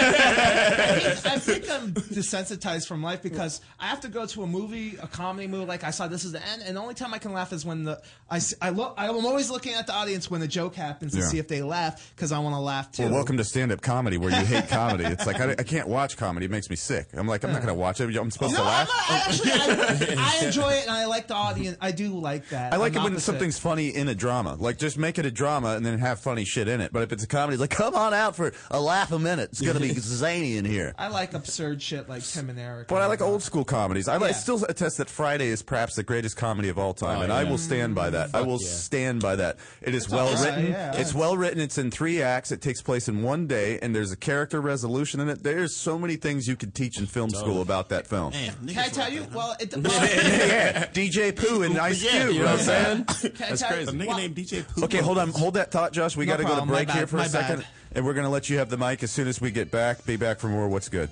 I think I'm desensitized from life because I have to go to a movie, a comedy movie, like I saw This Is the End, and the only time I can laugh is when the I s- I look I'm always looking at the audience when the joke happens to Yeah. see if they laugh because I want to laugh too. Well, welcome to stand-up comedy, where you hate comedy. It's like I, I can't watch comedy; it makes me sick. I'm like, I'm not going to watch it. I'm supposed No, to I'm laugh. not, I actually I, I enjoy it and I like the audience. I do like that. I like I'm it when opposite. something's funny in a drama. Like, just make it a drama and then have funny shit in it. But if it's a comedy, like, come on out for a laugh a minute. It's going to be zany in here. I like absurd shit like Tim and Eric. But I like old school comedies. I, like Yeah. still attest that Friday is perhaps the greatest comedy of all time, Oh, and I yeah. will stand by that. I will yeah. stand by that. It is well written. yeah. It's well written. It's in three acts. It takes place in one day, and there's a character resolution in it. There's so many things you could teach in film school about that film. Can I tell you? Well, it, yeah, DJ Pooh and Ice Yeah, Cube. you you know what I'm saying? that's a nigga named DJ Pooh. Okay, hold on, hold that thought, Josh. We No got to go to problem. My break bad. here for My a second, bad. and we're going to let you have the mic as soon as we get back. Be back for more. What's good?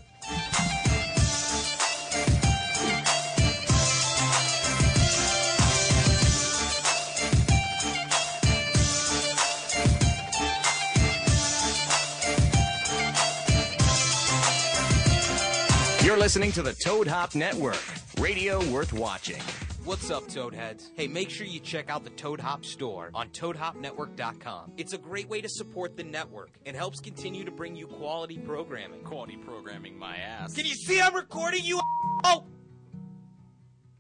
You're listening to the Toad Hop Network, radio worth watching. What's up, Toadheads? Hey, make sure you check out the Toad Hop store on ToadHopNetwork.com. It's a great way to support the network and helps continue to bring you quality programming. Quality programming my ass. Can you see I'm recording you? Oh!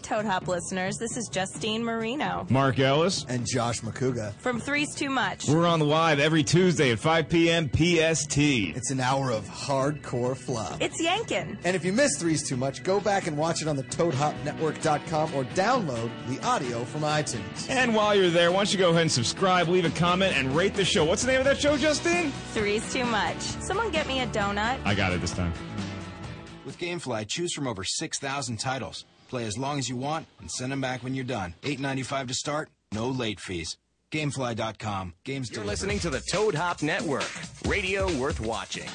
Toad Hop listeners, this is Justine Marino Mark Ellis and Josh McCouga. from Three's Too Much. We're on the live every Tuesday at 5 p.m. PST. It's an hour of hardcore flop. It's Yankin. And if you miss Threes Too Much, go back and watch it on the ToadHopNetwork.com or download the audio from iTunes. And while you're there, why don't you go ahead and subscribe, leave a comment, and rate the show. What's the name of that show, Justin? Three's Too Much. Someone get me a donut. I got it this time. With GameFly, choose from over 6,000 titles. Play as long as you want and send them back when you're done. $8.95 to start, no late fees. Gamefly.com. Games You're delivered. listening to the Toad Hop Network, radio worth watching.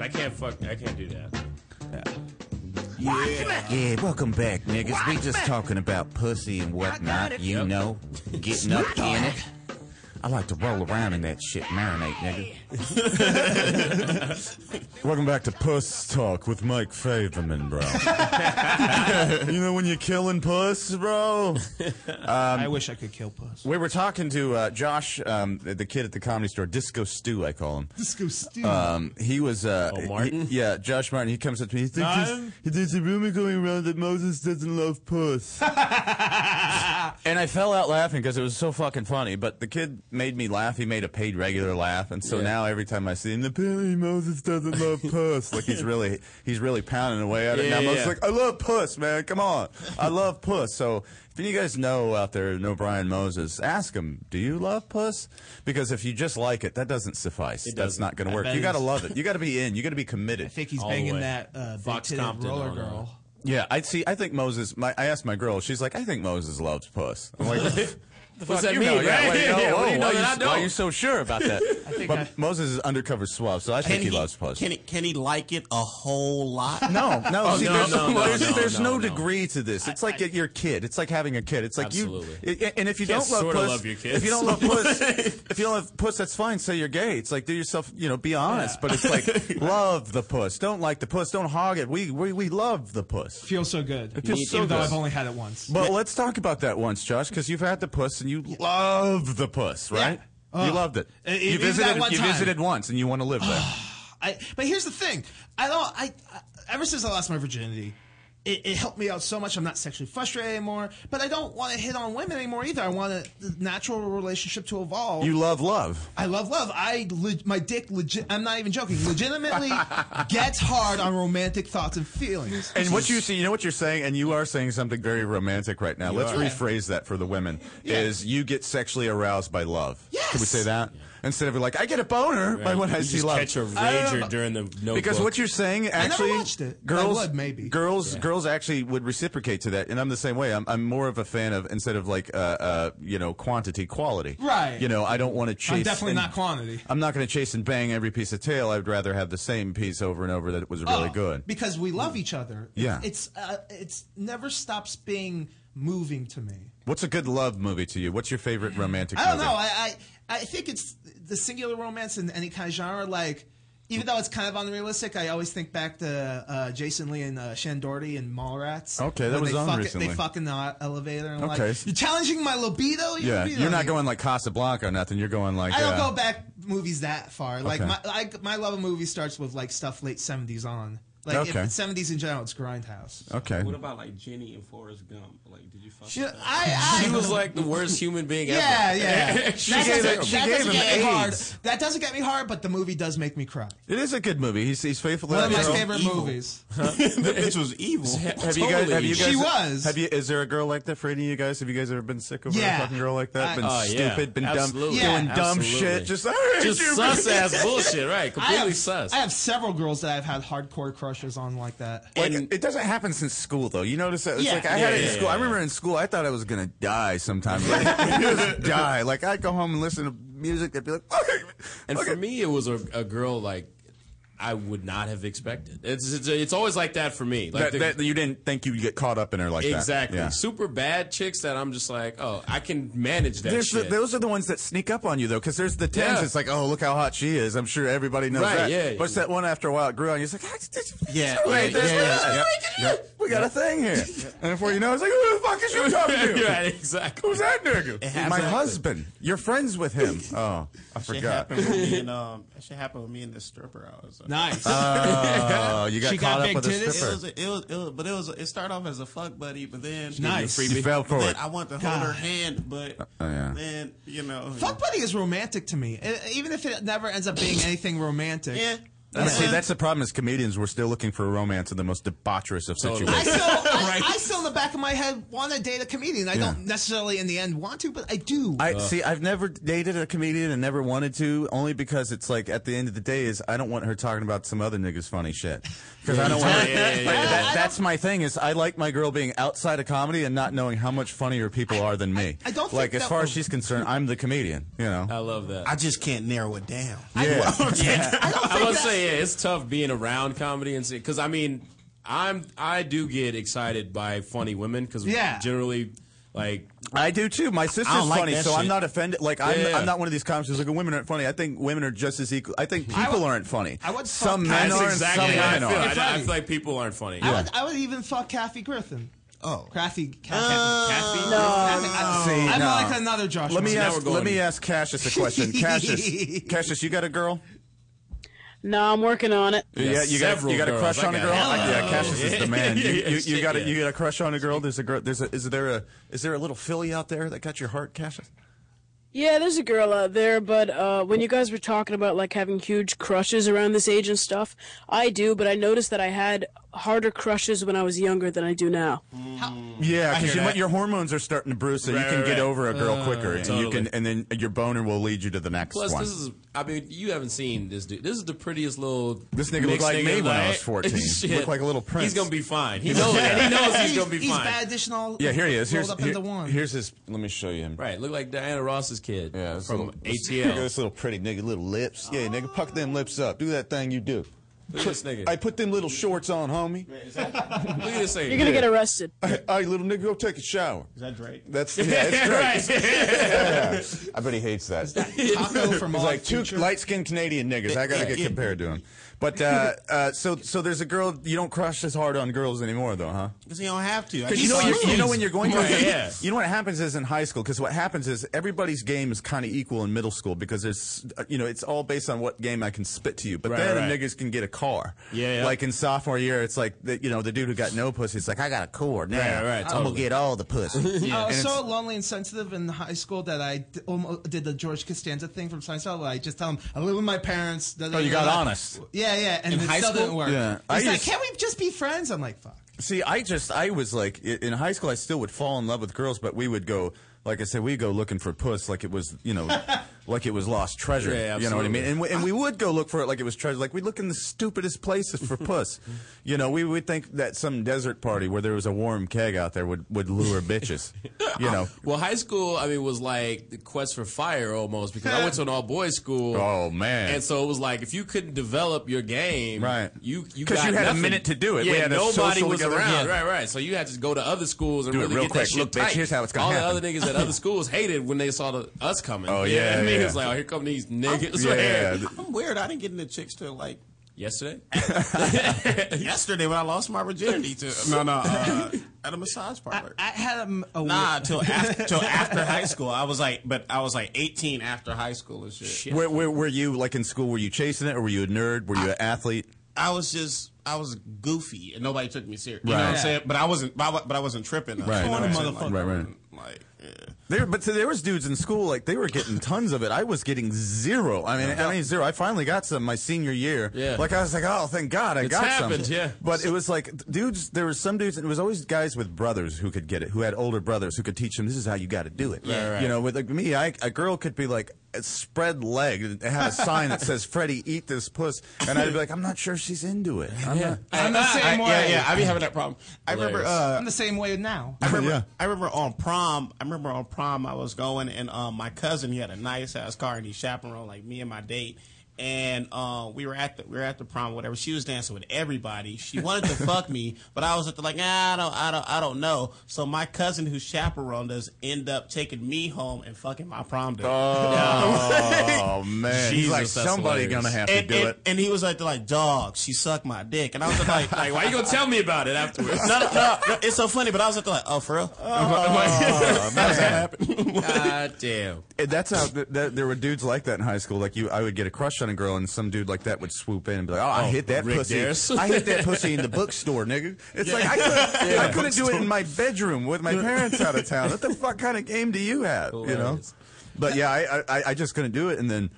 I can't fuck. I can't do that. Yeah, welcome back, niggas. we just talking about pussy and whatnot, you know, getting up in it. I like to roll around in that shit, marinate, nigga. Welcome back to Puss Talk with Mike Favorman, bro. you know when you're killing puss, bro? I wish I could kill puss. We were talking to uh, Josh, um, the the kid at the comedy store, Disco Stew, I call him. Disco Stew. Um, he was. Uh, oh, Martin? yeah, Josh Martin. He comes up to me. He thinks there's, I'm- he thinks a rumor going around that Moses doesn't love puss. and I fell out laughing because it was so fucking funny. But the kid made me laugh. He made a paid regular laugh, and so Yeah. now every time I see him, apparently Moses doesn't love puss. Like he's really, he's really pounding away at it. Yeah, now yeah, Moses is yeah. like, I love puss, man. Come on, I love puss. So if you guys know out there, know Brian Moses, ask him, do you love puss? Because if you just like it, that doesn't suffice. It That's doesn't. not going to I work. bet You got to it's- love it. You got to be in. You got to be committed. I think he's banging that uh, big titted roller girl. Yeah, I see. I think Moses. My, I asked my girl. She's like, I think Moses loves puss. I'm like, What's fuck that you mean? know, Right? Yeah, what do you know? Yeah, what do Whoa, you know why, that I you, why don't? you so sure about that? think but I- Moses is undercover suave, so I think he, loves puss. Can he, can he like it a whole lot? No, no, see, there's no, there's, there's no, no. degree to this. It's like your kid. It's like having a kid. It's like you. Absolutely. it- and if you Can't don't love sorta puss, love your kids. if you don't love puss, if you don't love puss, that's fine. Say you're gay. It's like do yourself. You know, be honest. But it's like love the puss. Don't like the puss. Don't hog it. We we, we love the puss. Feels so good. It feels so Even though good. I've only had it once. But let's talk about that once, Josh, because you've had the puss and you love the puss, right? Yeah. you Oh. loved it. Uh, it- you it was that visited. one you time. visited once, and you want to live there. I, but here's the thing. I don't. I, I ever since I lost my virginity, it, it helped me out so much. I'm not sexually frustrated anymore. But I don't want to hit on women anymore either. I want a the natural relationship to evolve. you love love. I love love. I le- my dick legit. I'm not even joking. Legitimately gets hard on romantic thoughts and feelings. And what you see, you know what you're saying, and you are saying something very romantic right now. You Let's are. rephrase that for the women: is you get sexually aroused by love. Yes. Can we say that instead of like I get a boner by Right. when I You see just love? catch a I don't know. rager during the notebook. Because what you're saying, I never actually, watched it. girls, I would, maybe. girls, girls actually would reciprocate to that, and I'm the same way. I'm, I'm more of a fan of instead of like, uh, uh, you know, quantity, quality. Right. You know, I don't want to chase. I'm definitely and- not quantity. I'm not going to chase and bang every piece of tail. I would rather have the same piece over and over that it was really Oh, good. because we love each other. Yeah. It's uh, it's never stops being moving to me. What's a good love movie to you? What's your favorite romantic I don't movie? know. I, I I think it's the singular romance in any kind of genre. Like, even though it's kind of unrealistic, I always think back to uh, Jason Lee and uh, Shan Doherty and Mallrats. Okay, that when was they on fuck, recently. They fuck in the elevator and I'm Okay. like, you're challenging my libido. Your yeah, libido?" you're not going like Casablanca or nothing. You're going like I don't uh, go back movies that far. Like Okay. my I, my love of movies starts with like stuff late seventies on. Like if Okay. it's seventies in general, it's Grindhouse. Okay. What about like Jenny and Forrest Gump? Like, did you fuck? She, with that? I, I, She was like the worst human being Yeah, ever. yeah. she that gave doesn't, it. She that gave doesn't him get me hard. AIDS. That doesn't get me hard, but the movie does make me cry. It is a good movie. He's he's faithful. One to of that my girl. favorite movies. that bitch was evil. Have you guys? Have you guys? e-, She was. Have you? Is there a girl like that for any of you guys? Have you guys ever been sick over Yeah. a fucking girl like that? I- Been Oh, yeah. stupid, been Absolutely. dumb, doing Yeah. dumb Absolutely. shit. Just I hate Just you, sus man. ass bullshit, right? I Completely have- sus. I have several girls that I've had hardcore crushes on like that. Like, it doesn't happen since school though. You notice that? It's Yeah. like I Yeah, had it in yeah, school. I remember in school I thought I was gonna die sometime. Like, just die. Like I'd go home and listen to music. That'd be like, And for me, it was a, a girl like I would not have expected. It's it's, it's always like that for me. Like that, that- you didn't think you'd get caught up in her like exactly that. Yeah. super bad chicks that I'm just like, oh, I can manage that There's the, shit. those are the ones that sneak up on you though, because there's the tens. Yeah. It's like, oh, look how hot she is. I'm sure everybody knows Right, that. yeah. but it's that one after a while it grew on you. It's like, yeah, wait, there's yeah. we got a thing here. And before you know, it, it's like, who the fuck is you talking to? Right, exactly. Who's that nigga? It My happens. husband. You're friends with him. Oh, I Shit forgot. happened with me and um, that shit happened with me and the stripper. I was uh, Nice. Oh, you got She got caught big up with a titties? stripper. It was, it was, it was, but it was, it started off as a fuck buddy, but then gave you a Nice. freebie. You fell But for then it. I want to hold her God. hand, but Oh, yeah. then you know, Fuck buddy is romantic to me, E- even if it never ends up being anything romantic. Yeah. That's, see, that's the problem. As comedians, we're still looking for romance in the most debaucherous of I situations. still, I, I still in the back of my head want to date a comedian. I Yeah. don't necessarily in the end want to, but I do. I see. I've never dated a comedian and never wanted to, only because it's like at the end of the day is I don't want her talking about some other nigga's funny shit because I don't Yeah, want. yeah, yeah, like, yeah. that, that's my thing is I like my girl being outside of comedy and not knowing how much funnier people are than me. I don't think like as that- far as she's concerned. I'm the comedian. You know. I love that. I just can't narrow it down. Yeah. I must say, yeah, it's tough being around comedy and because I mean, I'm I do get excited by funny women because Yeah. generally, like I do too. My sister's I don't like funny, that so I'm shit. not offended. Like I'm, Yeah, yeah. I'm not one of these comics who's like, women aren't funny. I think women are just as equal. I think people aren't funny. I would some fuck- men That's are exactly and some how I women feel. are. I, I feel like people aren't funny. I, would, I would even fuck Kathy Griffin. Oh, Kathy, Kathy, Uh, Kathy? Griffin. I, See, am no. like another Josh. Let me Martin. ask. Let me ask Cassius a question. Cassius, Cassius, you got a girl? No, I'm working on it. yeah, you got you got a crush on a girl. Like, yeah, Cassius is the man. You, you, you Shit, got a, yeah. you got a crush on a girl. There's a girl. There's a, is there a is there a little filly out there that got your heart, Cassius? Yeah, there's a girl out there, but uh, when you guys were talking about like having huge crushes around this age and stuff, I do, but I noticed that I had harder crushes when I was younger than I do now. Yeah, I hear because that. your hormones are starting to brew, so you Right, can right, get right. over a girl Uh, quicker, and you totally. can, and then your boner will lead you to the next Plus, one. this is, I mean, you haven't seen this dude. This is the prettiest little. This nigga mixed looked like me when I was 14. Shit. Looked like a little prince. He's going to be fine. He knows, and he knows he's, going to be he's fine. bad dish and all yeah, here he is. Here's rolled up here- into one. here's his. Let me show you him. Right, look like Diana Ross's kid Yeah, this from little, this- Look at ATL. this little pretty nigga, little lips. Yeah, nigga, puck them lips up. Do that thing you do. Look at this nigga. I put them little shorts on, homie. Look at this thing. You're gonna Yeah. get arrested. Hey, little nigga, go take a shower. Is that Drake? That's yeah, it's great. Yeah. I bet he hates that. Taco from He's Odd like two Future? light-skinned Canadian niggas. I gotta Yeah, get yeah. compared to him. But uh, uh, so so there's a girl. You don't crush as hard on girls anymore, though, huh? Because you don't have to. I Because you just know, saw you, you know these- when you're going to, Right, yeah. you know what happens is in high school. Because what happens is everybody's game is kind of equal in middle school because it's uh, you know it's all based on what game I can spit to you. But Right, then right. niggas can get a car. Yeah, yeah. Like in sophomore year, it's like the, you know the dude who got no pussy. It's like I got a core now. Right, right, I'm gonna totally. get all the pussy. I And was it's- so lonely and sensitive in high school that I d- almost did the George Costanza thing from Seinfeld. Where I just tell them I live with my parents. Oh, you got honest. Yeah, yeah, and In it high still school? didn't work. Yeah. He's I like, used- can't we just be friends? I'm like, fuck. See, I just, I was like, i- in high school, I still would fall in love with girls, but we would go, like I said, we go looking for puss, like it was, you know, like it was lost treasure. Yeah, you know what I mean? absolutely. And we, and we would go look for it like it was treasure. Like we look in the stupidest places for puss. You know, we would think that some desert party where there was a warm keg out there would would lure bitches. You know, Well, high school, I mean, was like the quest for fire almost because I went to an all boys school. Oh, man. And so it was like if you couldn't develop your game, Right. You you 'Cause got you had a nothing. minute to do it. Yeah, We had a nobody social was together. around. Yeah. Right, right. So you had to go to other schools and Do it really real get quick. that shit Look, bitch, tight. here's how it's gonna All happen. the other niggas at other schools hated when they saw the, us coming. Oh, You know what yeah, I mean, yeah. it's like oh, here come these niggas. yeah, right yeah, here. yeah. I'm weird. I didn't get into chicks till like Yesterday, yesterday when I lost my virginity to no no uh, at a massage parlor. I had a, a Nah, till after, till after high school. I was like, but I was like 18 after high school and shit. where, where were you like in school? Were you chasing it, or were you a nerd? Were you an athlete? I was just I was goofy and nobody took me serious. You Right. know what I'm Yeah. saying? But I wasn't. But I wa- but I wasn't tripping. though. Right, You know what I'm right, saying? Like, right, right. Like, There, but so there was dudes in school like they were getting tons of it. I was getting zero. I mean, I mean zero. I finally got some my senior year. Yeah. Like I was like, oh, thank God, I It's got happened, some. yeah. But it was like dudes. There was some dudes, and it was always guys with brothers who could get it, who had older brothers who could teach them. This is how you got to do it. Yeah, right. You know, with like me, I, a girl could be like spread leg and have a sign that says "Freddie, eat this puss," and I'd be like, I'm not sure she's into it. I'm not. I'm the same I- way. Yeah, yeah. I be having that problem. I remember. Uh, I'm the same way now. I remember, I remember on prom. I remember on prom. I was going, and um, my cousin he had a nice ass car, and he chaperoned like me and my date. And uh, we were at the we were at the prom, whatever. She was dancing with everybody. She wanted to fuck me, but I was at the like, nah, I don't, I don't, I don't know. So my cousin who chaperoned us end up taking me home and fucking my prom date. Oh, man. He's like, "Somebody gonna have to And- do and- it." And he was like, they're like, dog, she sucked my dick, and I was like, like, why you gonna tell me about it afterwards? no, no, no, no, it's so funny, but I was at the like, oh, for real? God damn. And that's how th- th- there were dudes like that in high school. Like you, I would get a crush on a girl, and some dude like that would swoop in and be like, "Oh, I Oh, hit that Rick pussy. Darris. I hit that pussy in the bookstore, nigga." It's like I couldn't, I couldn't do it in my bedroom with my parents out of town. What the fuck kind of game do you have? You know? But yeah, I, I I just couldn't do it, and then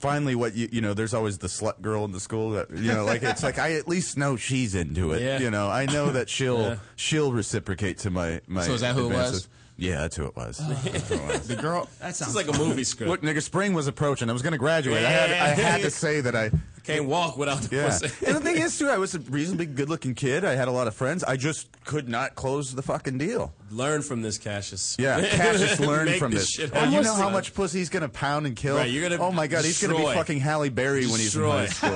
finally what you you know there's always the slut girl in the school that you know like it's like I at least know she's into it. Yeah. You know, I know that she'll Yeah. she'll reciprocate to my my So is that who it advances. was? Yeah, that's who it was. the girl. That sounds like a movie script. Look, nigga, spring was approaching. I was going to graduate. I had I had to say that I Can't walk without the yeah. pussy. and the thing is, too, I was a reasonably good-looking kid. I had a lot of friends. I just could not close the fucking deal. Learn from this, Cassius. Yeah, Cassius learned Make from this this. shit oh, you happen. know how much pussy he's gonna pound and kill. Right, you're gonna oh my god, he's gonna destroy. be fucking Halle Berry when he's in high school.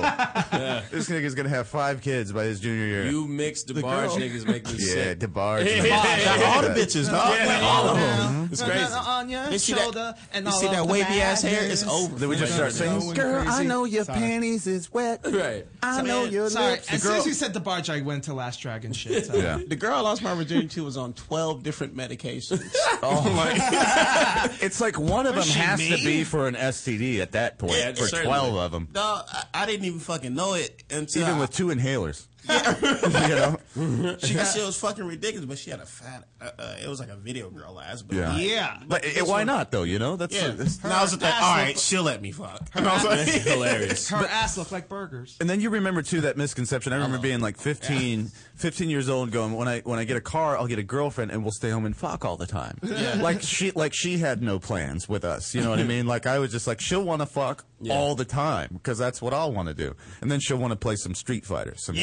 This nigga's gonna have five kids by his junior year. You mix DeBarge girl. niggas make me yeah, sick. DeBarge. Yeah. DeBarge. all the bitches, dog. Yeah, all of them. It's crazy. On your Oh. You see that- shoulder and you all see that of the wavy ass hair? madness. It's over. Then we just start saying, Girl, I know your Sorry. panties is wet. Right. I know your Sorry, lips. The as soon as girl- you said the barge, I went to Last Dragon shit. so- The girl I lost my virginity to was on 12 different medications. Oh, Oh It's like one of them Was she has to mean? be for an STD at that point. Yeah, for certainly. twelve of them, No, I, I didn't even fucking know it until even I- with two inhalers. Yeah. you know, she, she was fucking ridiculous, but she had a fat. Uh, uh, it was like a video girl ass, but Yeah. like- Yeah. But it- this why one- not though? You know, that's, yeah. that's and I was like, all right, sh- she'll let me fuck. Her And I was like, ass- Her But- ass looked like burgers. And then you remember too that misconception. I Uh-huh. remember being like 15, 15 years old, and going when I when I get a car, I'll get a girlfriend, and we'll stay home and fuck all the time. Yeah. Like she like she had no plans with us. You know what I mean? Like I was just like she'll want to fuck all the time because that's what I'll want to do, and then she'll want to play some Street Fighter. Some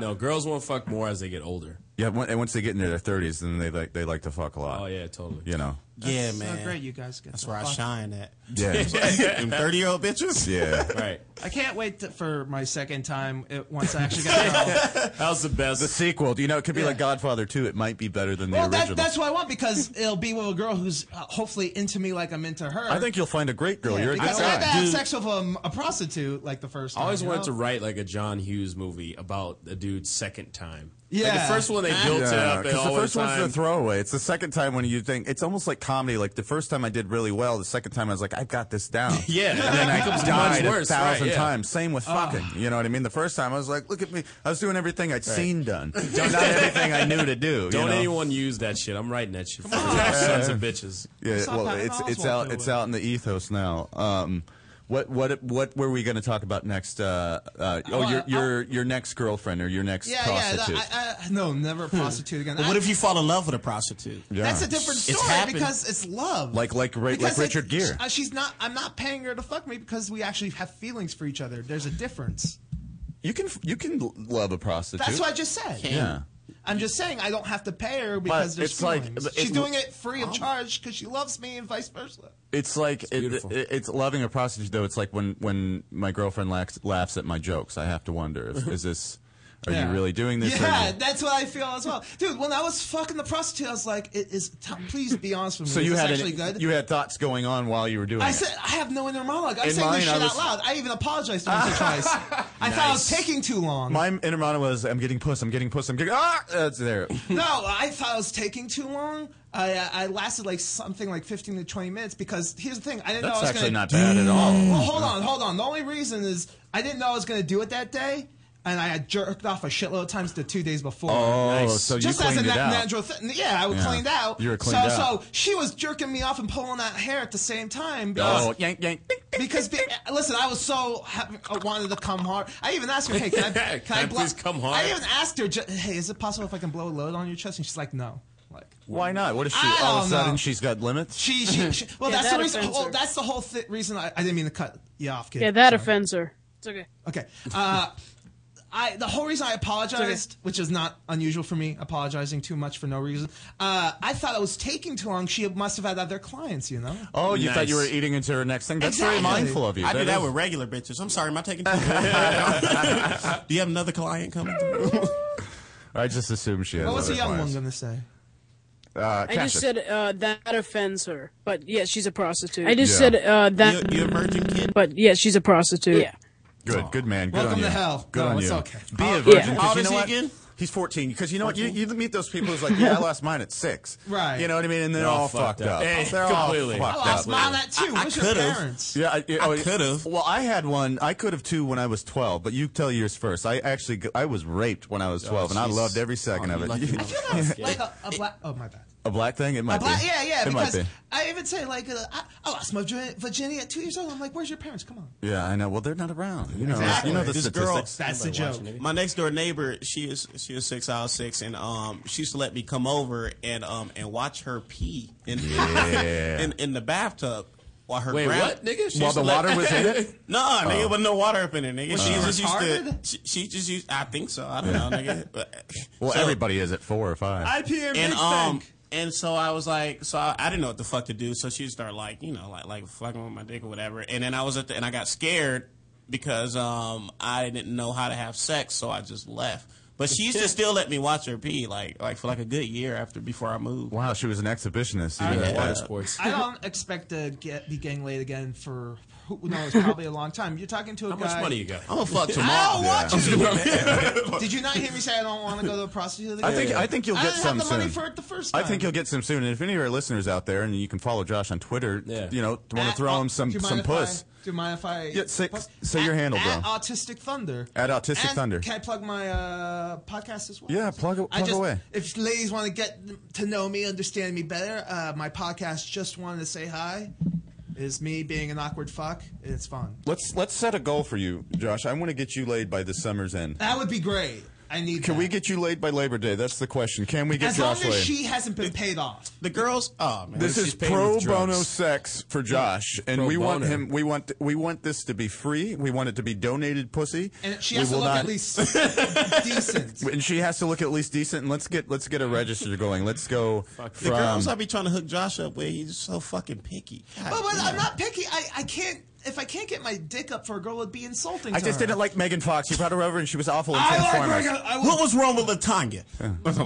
No, girls won't fuck more as they get older. yeah. when- And once they get into their thirties, then they like they like to fuck a lot. Oh yeah, totally. You know. yeah, That's, uh, man. great you guys get That's the where I fuck. shine at. Yeah. Them 30 year old bitches? Yeah. Right. I can't wait to, for my second time it, once I actually got home. That was the best. The sequel. Do you know it could be like Godfather 2. It might be better than the Well, original. that, that's what I want because it'll be with a girl who's uh, hopefully into me like I'm into her. I think you'll find a great girl. Yeah, You're a good because I had to guy. have sex with a, a prostitute like the first I time. always you wanted know? to write like a John Hughes movie about a dude's second time. Like Yeah. the first one they built it Yeah, up 'cause and all the first the one's time. the throwaway. It's the second time when you think it's almost like comedy. Like the first time I did really well. The second time I was like, I've got this down. Yeah, and it then I becomes died much worse, a right, thousand yeah. times. Same with fucking. You know what I mean? The first time I was like, look at me. I was doing everything I'd seen done, not everything I knew to do. you Don't know? anyone use that shit. I'm writing that shit. For you sons of bitches. Yeah, well, it's it's out it's out in the ethos now. Um, what what what were we going to talk about next? Uh, uh, oh, your your your next girlfriend or your next Yeah, yeah. prostitute? I, I, no, never a prostitute again. But I- what if you fall in love with a prostitute? Yeah. That's a different It's story happened. because it's love. Like- like Ra- like Because Richard Gere. sh- uh, she's not. I'm not paying her to fuck me because we actually have feelings for each other. There's a difference. you can you can l- love a prostitute. That's what I just said. Yeah. I'm just saying I don't have to pay her because there's it's like- feelings. but it- she's doing it free of charge because she loves me and vice versa. It's like it, it- it's loving a prostitute though. It's like when when my girlfriend laughs, laughs at my jokes. I have to wonder if is this are Yeah. you really doing this? or Yeah, you- that's what I feel as well, dude. When I was fucking the prostitute, I was like, "It is." T- please be honest with me. so is you this had actually an- good. you had thoughts going on while you were doing I it. said I have no inner monologue. I'm In saying mine, this shit I was- out loud. I even apologized to him twice. I thought I was taking too long. My inner monologue was I'm getting puss. I'm getting puss. I'm getting ah. That's there. No, I thought I was taking too long. I uh, I lasted like something like fifteen to twenty minutes because here's the thing. I didn't know That's I was actually gonna, not bad at all. Well, hold on, hold on. The only reason is I didn't know I was going to do it that day. And I had jerked off a shitload of times the two days before. Oh, Nice. so you just as a cleaned it out. natural thing. Yeah, I was Yeah. cleaned out. You were so, cleaned out. So she was jerking me off and pulling that hair at the same time. Because Oh, yank yank. because be, uh, listen, I was so ha- I wanted to come hard. I even asked her, "Hey, can I, can Can I, I blow- please come hard? I even asked her, ju- "Hey, is it possible if I can blow a load on your chest?" And she's like, "No." Like, Why not? What if she I all of a don't sudden know. she's got limits? She, she, she well, Yeah, that's that the reason. offends Well, her. that's the whole th- reason. I, I didn't mean to cut you off, kid. Yeah, that Sorry. offends her. It's okay. Okay. Uh, I the whole reason I apologized, which is not unusual for me, apologizing too much for no reason. Uh, I thought I was taking too long. She must have had other clients, you know. Oh, you thought Nice. you were eating into her next thing. That's very Exactly. mindful of you. I do that is- with regular bitches. I'm sorry, am I taking too long? Do you have another client coming? I just assume she has. What was the other young one clients. going to say? Uh, I just Cassius. said uh, that offends her, but yeah, she's a prostitute. I just Yeah. said uh, that. You, you a virgin kid? But yeah, she's a prostitute. Yeah. Good, good man. Good Welcome on you. to hell. Good No, on it's you. okay. Be How- a virgin. yeah. 'cause How old you is know he what? again? He's 14. Because you know what? You, you meet those people who's like, yeah, I lost mine at six. Right. You know what I mean? And they're, They're all, all fucked fucked up. up. Yeah, They're all completely. fucked I lost up. mine at two. I- I Where's your could've. parents? Yeah, I, I could've. Well, I had one. I could have too when I was 12. But you tell yours first. I actually, g- I was raped when I was 12, and I jeez. loved every second Oh, of you it. lucky I feel like, I was like a, a black. Oh my bad. a black thing? It might A black- be. yeah, yeah. It might because be. I even say like, uh, I, I lost my virgin- virginity at two years old. I'm like, where's your parents? Come on. Yeah, I know. Well, they're not around. You know, Exactly. you know the this girl. statistics. My next door neighbor, she is she was six out of six, and um, she used to let me come over and um and watch her pee in Yeah. in, in the bathtub. While her Wait, gran- what, nigga? She used While to the let- water was in it? Nah, Oh. nigga, but no water up in it, nigga. Was she she just used to. retarded? She, she just used. I think so. I don't Yeah. know, nigga. But- Well, So- everybody is at four or five. and, um, And so I was like, so I, I didn't know what the fuck to do. So she started like, you know, like like fucking with my dick or whatever. And then I was at the, and I got scared because um I didn't know how to have sex, so I just left. But she used to still let me watch her pee, like like for like a good year after before I moved. Wow, she was an exhibitionist. I You know. know. Water sports. I don't expect to get be gang laid again for who knows, probably a long time. You're talking to a How guy. much money you got? I'm gonna fuck I tomorrow. don't want you. Did you not hear me say I don't want to go to a prostitute? Again? I think I think you'll I get didn't some have the money soon. for it the first I time. think you'll get some soon. And if any of our listeners out there, and you can follow Josh on Twitter, you know, want to At- throw him do some you mind some if puss. I, do you mind if I? Yeah, say, say your handle, at bro. Autistic Thunder. At Autistic And Thunder. Can I plug my uh, podcast as well? Yeah, plug it- I plug just, away. If ladies want to get to know me, understand me better, uh, my podcast just wanted to say hi. Is me being an awkward fuck? It's fun. Let's let's set a goal for you, Josh. I want to get you laid by the summer's end. That would be great. I need. Can we get you laid by Labor Day? That's the question. Can we get as Josh long as laid? she hasn't been paid off. The girls. Oh man, this is pro bono sex for Josh, and Pro we want bono. him. We want we want this to be free. We want it to be donated pussy. And she We has to will look not- at least decent. And she has to look at least decent. And let's get let's get a register going. Let's go The from. girls I be trying to hook Josh up with, he's so fucking picky. God But, but damn. I'm not picky. I, I can't. If I can't get my dick up for a girl, it'd be insulting. I to just her. didn't like Megan Fox. You brought her over and she was awful in I like Transformers. Megan- I What was wrong with Latanya? What was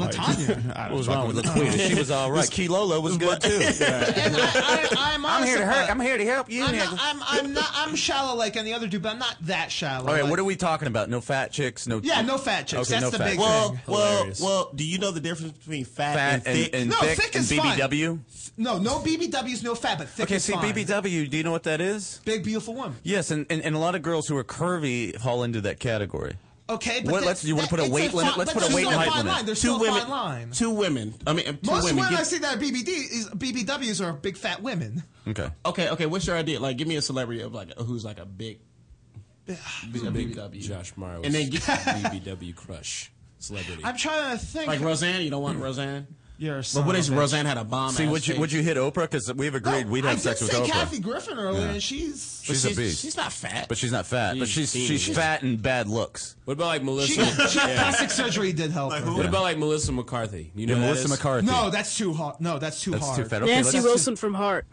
wrong with Laquita? She was all right. This- Key Lolo was good too. I, am I'm here to hurt. honest about- I'm here to help you. I'm nigga. not, I'm, I'm not. I'm shallow like any other dude, but I'm not that shallow. All right, Like- what are we talking about? No fat chicks. No. Yeah, no fat chicks. Okay, no That's the fat big chicks. Well, well, Hilarious. well. Do you know the difference between fat, Fat and and, thick? and No, thick, thick and is fine. BBW. No, no BBWs, no fat, but thick Okay, is see, fine. BBW. Do you know what that is? Big beautiful woman. Yes, and, and, and a lot of girls who are curvy fall into that category. Okay, but What, that- let's. You want that- to put a it's weight fi- limit? Let's but put a there's weight and still height fine limit. Line. There's Two still a women. fine line. Two women. I mean, two Most women. women Give- I see that are BBDs, BBWs are big fat women. Okay. Okay. Okay. What's your idea? Like, give me a celebrity of like who's like a big, big BBW. Josh Myers. And then- BBW crush celebrity. I'm trying to think. Like Roseanne. You don't want Roseanne. You're a But son what of is a bitch. Roseanne had a bomb? See, would you would you hit Oprah? Because we've agreed we'd I have did sex with say Oprah. Kathy Griffin earlier, Yeah. and she's She's a beast. She's not fat. But she's not fat. but she's She's skinny, she's yeah. fat and bad looks. What about like Melissa? she, she plastic surgery did help. her. What about like Melissa McCarthy? You know Yeah, who that Melissa is? McCarthy. No, that's too hard. No, that's too That's hard. too fat. Okay, Nancy let's- Wilson from Heart.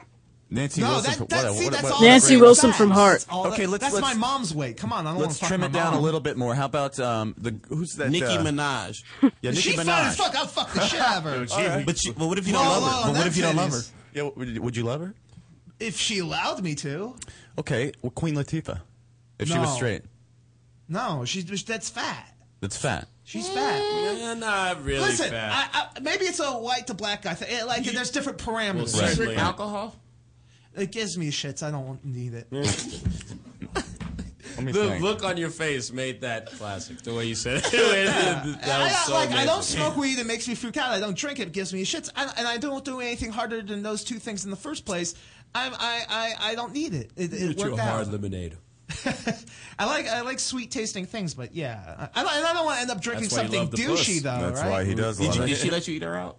Nancy No, Wilson. that, what- that, what- see, what- that's what- all Nancy that's Wilson fat. from Heart. All that- Okay, let's- That's let's- my mom's weight. Come on, I don't Let's wanna trim fuck it my down a mom. little bit more. How about um the who's that? Nicki uh, Minaj. Yeah, Nicki she Minaj. fine as fuck. I'll fuck the shit out of her. All right. But, she, but what if you No, don't love no, her? But what that's if you don't love her? titties. Yeah, would, would you love her? If she allowed me to, Okay, well, Queen Latifah, if she was No. straight, no, she's that's fat. that's fat. She's fat. Yeah, not Mm. really Listen, fat. I, I, maybe it's a white to black guy thing. Eh, Like, there's different parameters. Well, Right. certainly. alcohol? It gives me shits. I don't need it. Let me the think. look on your face made that classic. The way you said it. that was I, don't- so like, I don't amazing. smoke weed. It makes me freak out. I don't drink it. It gives me shits. I, and I don't do anything harder than those two things in the first place. I'm, I, I, I don't need it. It, You're it too worked hard out. lemonade. I like I like sweet tasting things, but yeah, I, I, don't- and I don't want to end up drinking That's why you something love the douchey puss. though. That's right? why he does Did, love you, it. did she let you eat her out?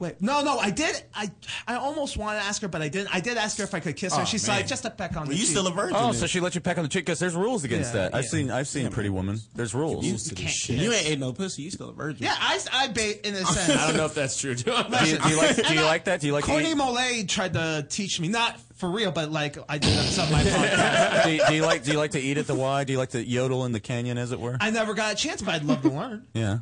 Wait, no, no, I did. I I almost wanted to ask her, but I didn't. I did ask her if I could kiss Oh, her. She said man. just a peck on Well, the you cheek." still a virgin. Oh, then. so she let you peck on the cheek because there's rules against Yeah, that. I've seen I've seen Pretty Woman. There's rules. you, you ain't ate no pussy. You still a virgin. Yeah, I, I bait in a sense. I don't know if that's true. do Do you, do you like do you like that? Do you like to Courtney eat, Mole tried to teach me, not for real, but like I did on some of my podcast. do, you, do you like do you like to eat at the Y? Do you like to yodel in the canyon, as it were? I never got a chance, but I'd love to learn. Yeah.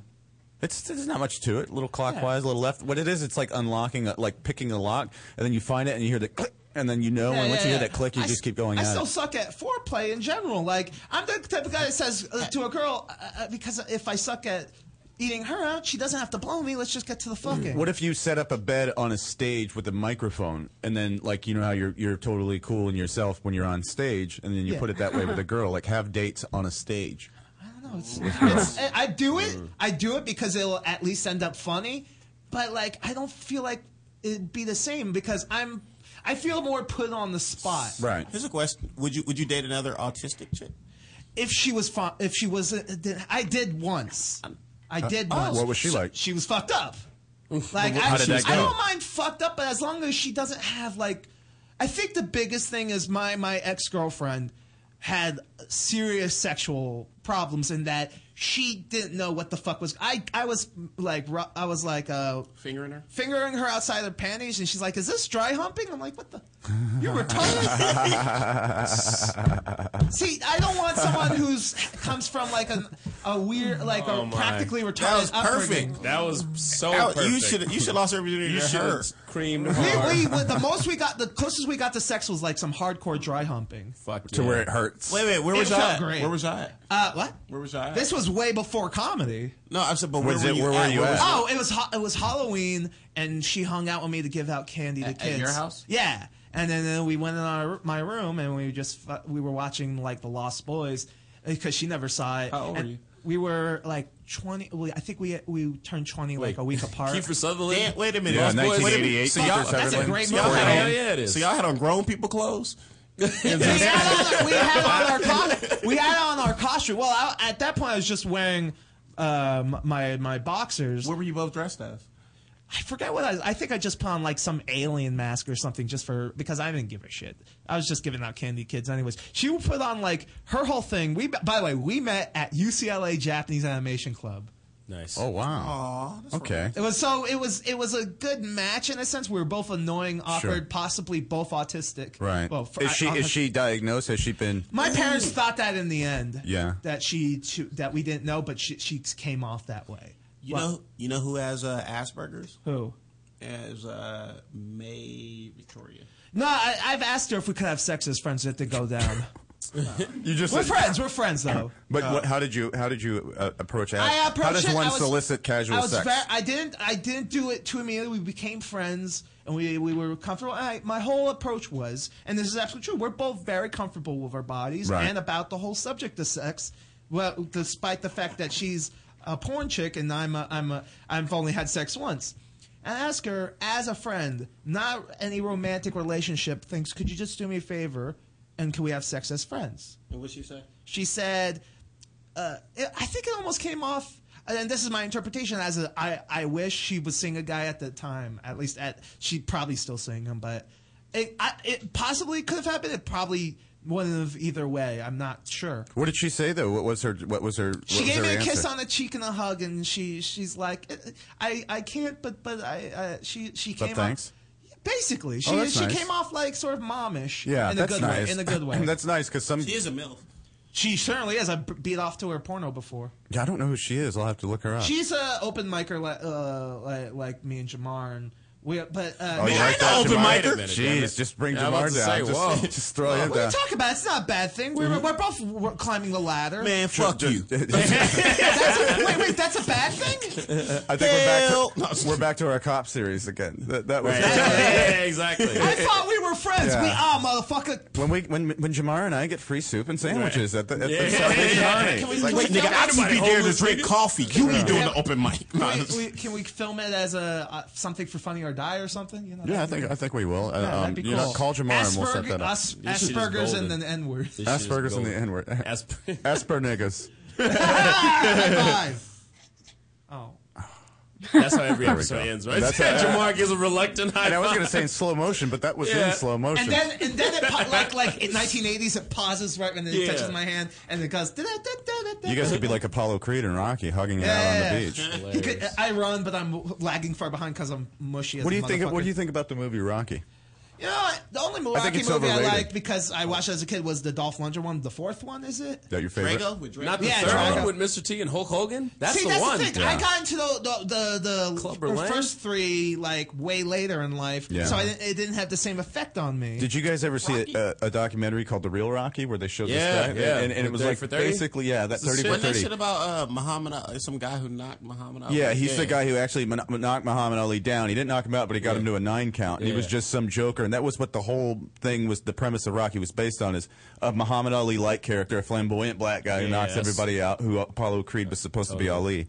It's there's not much to it. A little clockwise, a little left. What it is, it's like unlocking, a, like picking a lock, and then you find it and you hear the click, and then you know. Yeah, and once yeah, you hear yeah. that click, you I just s- keep going I at still it. suck at foreplay in general. Like I'm the type of guy that says uh, to a girl, uh, uh, because if I suck at eating her out, she doesn't have to blow me. Let's just get to the fucking. What if you set up a bed on a stage with a microphone, and then like you know how you're you're totally cool in yourself when you're on stage, and then you Yeah. put it that way with a girl, like have dates on a stage. No, it's, it's, I I do it. I do it because it'll at least end up funny. but like I don't feel like it'd be the same because I'm I feel more put on the spot. Right. Here's a question: Would you would you date another autistic chick? If she was fun, if she was, a, I did once. I Uh, did oh, once. what was she like? She was fucked up. Like How I, did that I go? don't mind fucked up, but as long as she doesn't have like, I think the biggest thing is my my ex girlfriend had serious sexual problems in that she didn't know what the fuck was. I I was like ru- I was like uh fingering her fingering her outside her panties, and she's like, "Is this dry humping?" I'm like, "What the." You're retarded. See, I don't want someone who's comes from like a, a weird, like Oh, a my. practically retarded. That was upbringing. perfect. That was so That- perfect. you should- Oh, you should lost everything You to should her. have creamed her. We, we well, the most we got, the closest we got to sex was like some hardcore dry humping. Fuck To yeah. where it hurts. Wait, wait, where It was felt I? At? great. Where was I? At? Uh, what? Where was I? At? This was way before comedy. no, I said, but Was where it- were you? where were at? you Where at? was I Oh, it was ha- it was Halloween, and she hung out with me to give out candy to At- at kids. your house? Yeah, and then, then we went in our my room, and we just fu- we were watching like The Lost Boys because she never saw it. How old were And you? We were like twenty. We, I think we we turned twenty like a week apart. Kiefer Sutherland. Dan, wait a minute. Yeah, Lost Boys- 1988, So y'all, Kiefer that's a Sutherland. great Yeah, movie. yeah, Hell yeah, it is. So y'all had on grown people clothes? we had on our co- we had on our costume. Well, I, at that point, I was just wearing um, my my boxers. What were you both dressed as? I forgot what I. I think I just put on like some alien mask or something just for because I didn't give a shit. I was just giving out candy to kids anyways. She would put on like her whole thing. We by the way we met at UCLA Japanese Animation Club. Nice. Oh wow. okay. It was so it was it was a good match in a sense. We were both annoying, awkward, Sure. possibly both autistic. Right. Well, for, is she I- is she diagnosed? Has she been? My parents thought that in the end. Yeah. That she, she that we didn't know, but she, she came off that way. You Well, know, you know who has uh, Asperger's? Who? As uh, May Victoria. No, I, I've asked her if we could have sex as friends. It did go down. You just we're said- friends. We're friends though. But what, how did you how did you uh, approach that? Uh, I how approached does it- one I was- solicit casual I was sex? ver- I didn't. I didn't do it to immediately. We became friends, and we we were comfortable. I, my whole approach was, and this is absolutely true. We're both very comfortable with our bodies Right. and about the whole subject of sex. Well, despite the fact that she's a porn chick and I'm a, I'm a, I've only had sex once. And I ask her as a friend, not any romantic relationship. Thinks, could you just do me a favor, and can we have sex as friends? And what'd she say? She said, uh, it- I think it almost came off, and this is my interpretation as a, I, I wish she was seeing a guy at the time. At least at she probably still seeing him, but it, I, it possibly could have happened. It probably wouldn't have either way. I'm not sure. what did she say though? What was her what was her what She was gave her me a answer? kiss on the cheek and a hug, and she she's like, "Uh, I I can't, but but I, I she she But came thanks. off basically. She Oh, that's she nice. came off like sort of momish. Yeah, in a that's good nice. way. In a good way. that's nice because some. a MILF. she certainly is. I b- beat off to her porno before. I don't know who she is. I'll have to look her up. She's a open micer like, uh, like like me and Jamar, and we. But uh, Oh, you like that, Jamar? Jeez, just bring Yeah, I'm Jamar about to down. say, just, whoa. just throw him What are you down. talking about? It's not a bad thing. Mm-hmm. We're, we're both we're climbing the ladder. Man, fuck you. That's a, wait, wait, that's a bad thing. I think we're back, to, we're back to our cop series again. That, that was yeah, exactly. I thought we were friends. Yeah. We are, motherfucker. when we when when Jamar and I get free soup and sandwiches at the at Yeah. the Salvation Yeah. Army. Can we- It's like- wait, nigga, I should be there to drink coffee. You be doing Yeah. the open mic. Nah, Can we, we- can we film it as a uh, something for funny or die or something? You know, Yeah, I that'd think be- I think we will. Uh, Yeah, that'd um, be you know, cool. call Jamar and we'll set Asperger- that up. As- This shit is Asperger's and golden. then N-word. This shit is Asperger's and the golden. N word. Asper niggas. Oh. That's how every There we episode go. ends, right? That's how- Jamar gives a reluctant high And I was five. going to say in slow motion, but that was Yeah. in slow motion. And then, and then it pa- like like in 1980s, it pauses right when it Yeah. touches my hand, and it goes. "Da-da-da-da-da-da." you guys could be like Apollo Creed and Rocky hugging it out on the beach. You could- I run, but I'm lagging far behind because I'm mushy. As What do a you think? Of, what motherfucker. do you think about the movie Rocky? You know, the only I think Milwaukee it's movie overrated. I liked because I watched as a kid was the Dolph Lundgren one. The fourth one is it? Is that your favorite? Drago? With Drago? Not the Yeah, third Drago. one with Mr. T and Hulk Hogan. That's See, the that's one. the thing. I got into the the the, the Clubber Lang? first three like way later in life, Yeah. so I didn't, it didn't have the same effect on me. Did you guys ever see a, a, a documentary called The Real Rocky where they showed Yeah, this guy? yeah. And, and it was 30 like for 30? basically, yeah, that 30 for Wasn't that 30. shit about uh, Muhammad? Ali- Some guy who knocked Muhammad out. Yeah, he's the guy who actually mon- knocked Muhammad Ali down. He didn't knock him out, but he got him to a nine count, and he was Yeah. just some joker. And that was what the whole thing was. The premise of Rocky was based on is a Muhammad Ali like character, a flamboyant black guy who knocks Yes. everybody out, who Apollo Creed was supposed to be Ali.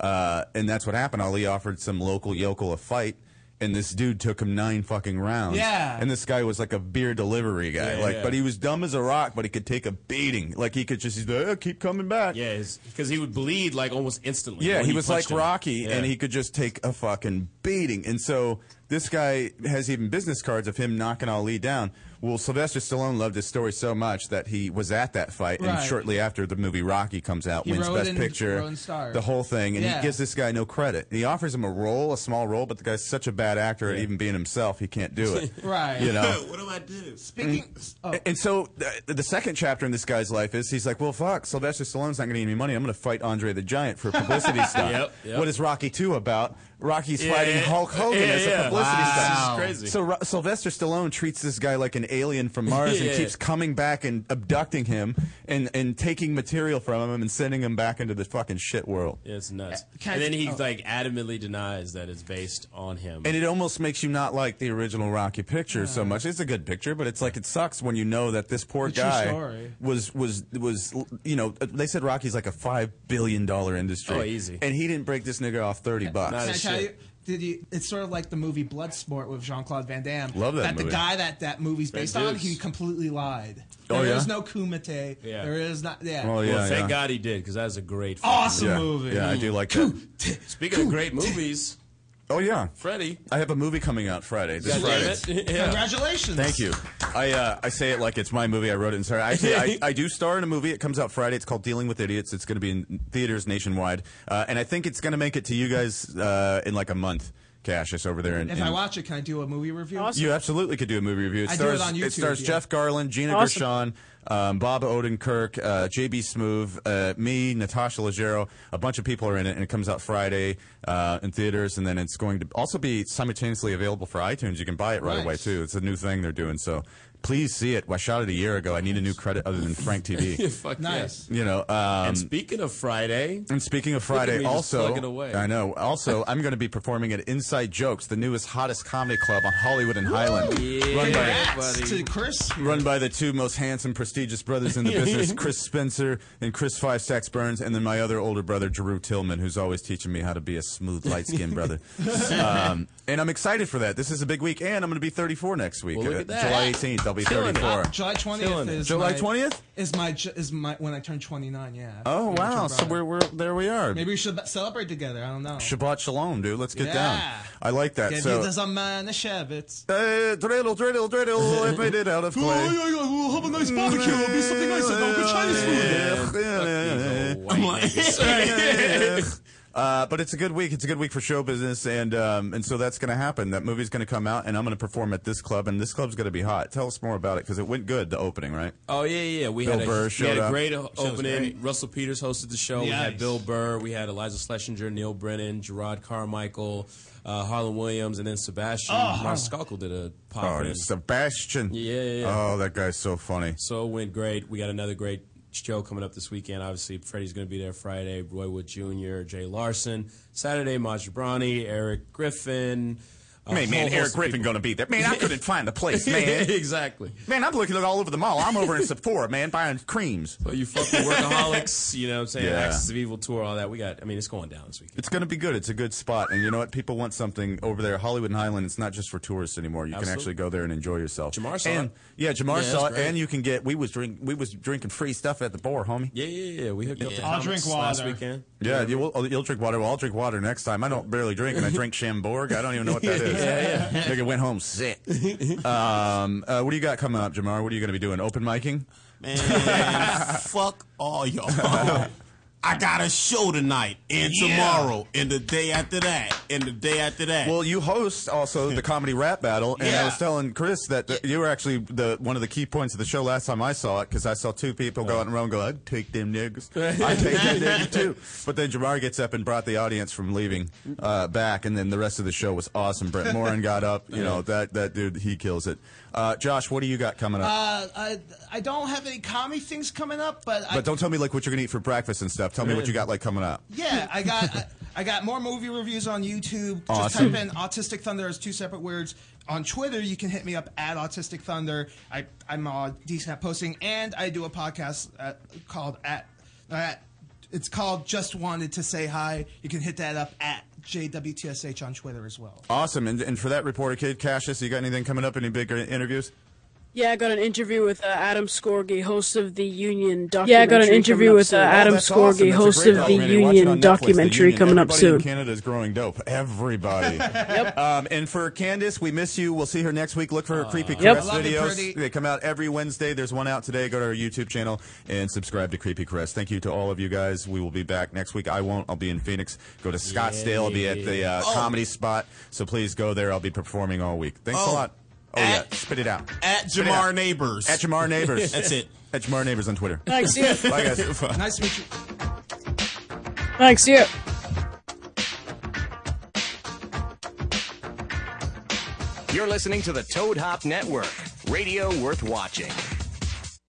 Uh, and that's what happened. Ali offered some local yokel a fight, and this dude took him nine fucking rounds. Yeah. And this guy was like a beer delivery guy. Yeah, like, yeah. but he was dumb as a rock, but he could take a beating. Like he could just he's like, "Oh, keep coming back. Yeah, because he would bleed like almost instantly. Yeah, when he you was punched like him. Rocky, Yeah. and he could just take a fucking beating. And so this guy has even business cards of him knocking Ali down. Well, Sylvester Stallone loved his story so much that he was at that fight, and Right. shortly after the movie Rocky comes out, He wins wrote Best and- Picture, wrote and starred. the whole thing, and Yeah. he gives this guy no credit. He offers him a role, a small role, but the guy's such a bad actor at even being himself, he can't do it. Right. You know. what do I do? Speaking. Mm. Oh, And- And so th- the second chapter in this guy's life is he's like, well, fuck, Sylvester Stallone's not going to give me money. I'm going to fight Andre the Giant for publicity stuff. Yep, yep. What is Rocky 2 about? Rocky's Yeah, fighting yeah. Hulk Hogan Yeah, as a yeah. publicity Wow. stunt. This is crazy. So Ro- Sylvester Stallone treats this guy like an alien from Mars Yeah. and keeps coming back and abducting him and, and taking material from him and sending him back into the fucking shit world. Yeah, it's nuts. Can I and then just- he oh. like adamantly denies that it's based on him. And it almost makes you not like the original Rocky picture so much. It's a good picture, but it's like it sucks when you know that this poor The true guy story. was was was you know uh, they said Rocky's like a five billion dollar industry. Oh, easy. And he didn't break this nigga off thirty bucks. Can I tell you? Did you, it's sort of like the movie Bloodsport with Jean Claude Van Damme. Love that the movie. guy that that movie's That based on, is. he completely lied. Oh, There is yeah? no Kumite. Yeah. There is not. Yeah. Oh, yeah, well, thank yeah. God he did because that was a great, fucking Awesome Yeah, movie. yeah, I do like that. Speaking of great movies, Oh yeah, Freddie. I have a movie coming out Friday. This God damn Friday. it. Yeah. Congratulations. Thank you. I uh, I say it like it's my movie. I wrote it and sorry. Actually, I, I do star in a movie. It comes out Friday. It's called Dealing with Idiots. It's going to be in theaters nationwide, uh, and I think it's going to make it to you guys uh, in like a month. Cassius over there in, If in I watch it, can I do a movie review? You absolutely could do a movie review. It I do it stars, on YouTube, stars yeah. Jeff Garland, Gina Awesome. Gershon, um, Bob Odenkirk, uh, JB Smoove, uh, me, Natasha Leggero. A bunch of people are in it, and it comes out Friday uh, in theaters, and then it's going to also be simultaneously available for iTunes. You can buy it right Nice. away too. It's a new thing they're doing. So please see it. I shot it a year ago. I need a new credit other than Frank TV. Fuck Nice. You know, um, and speaking of Friday, and speaking of Look at me Friday, just also, plugging away. I know. Also, I'm going to be performing at Inside Jokes, the newest, hottest comedy club on Hollywood and Highland, run by Congrats to Chris. run by the two most handsome, prestigious brothers in the business, Chris Spencer and Chris Five Stacks Burns, and then my other older brother, Drew Tillman, who's always teaching me how to be a smooth, light-skinned brother. Um, and I'm excited for that. This is a big week, and I'm going to be 34 next week. Uh, Well, look at that. July 18th, I'll be Killing it. 34. Uh, July 20th Killing it. is July my- 20th? is my ju- is my when I turn 29. Yeah. Oh When I turn wow! So we're, brother. we're there. We are. Maybe we should b- celebrate together. I don't know. Shabbat Shalom, dude. Let's get Yeah. down. I like that. Give so you the man a Shabbat. Uh, dreidel, dreidel, dreidel. I made it out of clay. We'll have a nice Oh, barbecue. It'll be something nice. I'll good Chinese food. Uh, but it's a good week. It's a good week for show business, and um, and so that's going to happen. That movie's going to come out, and I'm going to perform at this club, and this club's going to be hot. Tell us more about it because it went good. The opening, right? Oh yeah, yeah. yeah. We Bill had a, Burr we showed had a up. great Show's opening. great. Russell Peters hosted the show. We Nice. had Bill Burr. We had Eliza Schlesinger, Neil Brennan, Gerard Carmichael, uh, Harlan Williams, and then Sebastian. Oh, Mark Skalkel did a pop Oh, in. it's Sebastian. Yeah, yeah, yeah. Oh, that guy's so funny. So it went great. We got another great show coming up this weekend. Obviously, Freddie's going to be there Friday. Roy Wood Jr., Jay Larson. Saturday, Maj Brani, Eric Griffin. a Man, man, whole Eric host Oh, of Griffin people. going to be there. Man, I couldn't find the place, man. exactly. Man, I'm looking all over the mall. I'm over in Sephora, man, buying creams. But you fucking workaholics, you know what I'm saying? Yeah. Axis of Evil tour, all that. We got, I mean, it's going down this weekend. It's going to be good. It's a good spot. And you know what? People want something over there. Hollywood and Highland, it's not just for tourists anymore. You can Absolutely. actually go there and enjoy yourself. Jamar saw and, it. Yeah, Jamar Yeah, saw that's it. great. And you can get, we was drink, we was drinking free stuff at the bar, homie. Yeah, yeah, yeah. We hooked up the I'll comics drink last water. weekend. Yeah, you will, you'll drink water. Well, I'll drink water next time. I don't barely drink, and I drink Shamborg. I don't even know what that is. Yeah, yeah. Nigga went home sick. Um, uh, what do you got coming up, Jamar? What are you going to be doing? Open micing? Man, fuck all y'all. I got a show tonight and Yeah. tomorrow and the day after that and the day after that. Well, you host also the comedy rap battle, and I was telling Chris that the, you were actually the one of the key points of the show last time I saw it because I saw two people go out and run and go, "I'd take them niggas, I'd take them niggas too." But then Jamar gets up and brought the audience from leaving uh, back, and then the rest of the show was awesome. Brett Morin got up, you know that that dude he kills it. Uh, Josh, what do you got coming up? Uh, I, I don't have any comedy things coming up, but, I, but don't tell me like what you're gonna eat for breakfast and stuff. Tell me what you got like coming up. yeah, I got I, I got more movie reviews on YouTube. Awesome. Just type in "autistic thunder" as two separate words. On Twitter, you can hit me up at autistic thunder. I I'm uh, decent at posting, and I do a podcast uh called at at It's called Just Wanted to Say Hi. You can hit that up at JWTSH on Twitter as well. Awesome. And, and for that reporter kid, Cassius, you got anything coming up? Any big uh, interviews? Yeah, I got an interview with uh, Adam Scorgi, host of the Union documentary. Yeah, Yeah, I got an interview with uh, Adam Scorgi, host of the Union documentary coming up soon. Canada is growing dope. Everybody. yep. Um, and for Candace, we miss you. We'll see her next week. Look for her creepy Yep. caress Love you, videos. Purdy. they come out every Wednesday. There's one out today. Go to our YouTube channel and subscribe to Creepy Caress. Thank you to all of you guys. We will be back next week. I won't. I'll be in Phoenix. Go to Scottsdale. I'll be at the uh, Oh. comedy spot. So please go there. I'll be performing all week. Thanks a Oh. lot. Oh yeah, spit it out. at Spit it out. Jamar Neighbors. At Jamar Neighbors. That's it. At Jamar Neighbors on Twitter. Thanks, yeah. Bye guys. Nice to meet you. Thanks, yeah. You're listening to the Toad Hop Network, radio worth watching.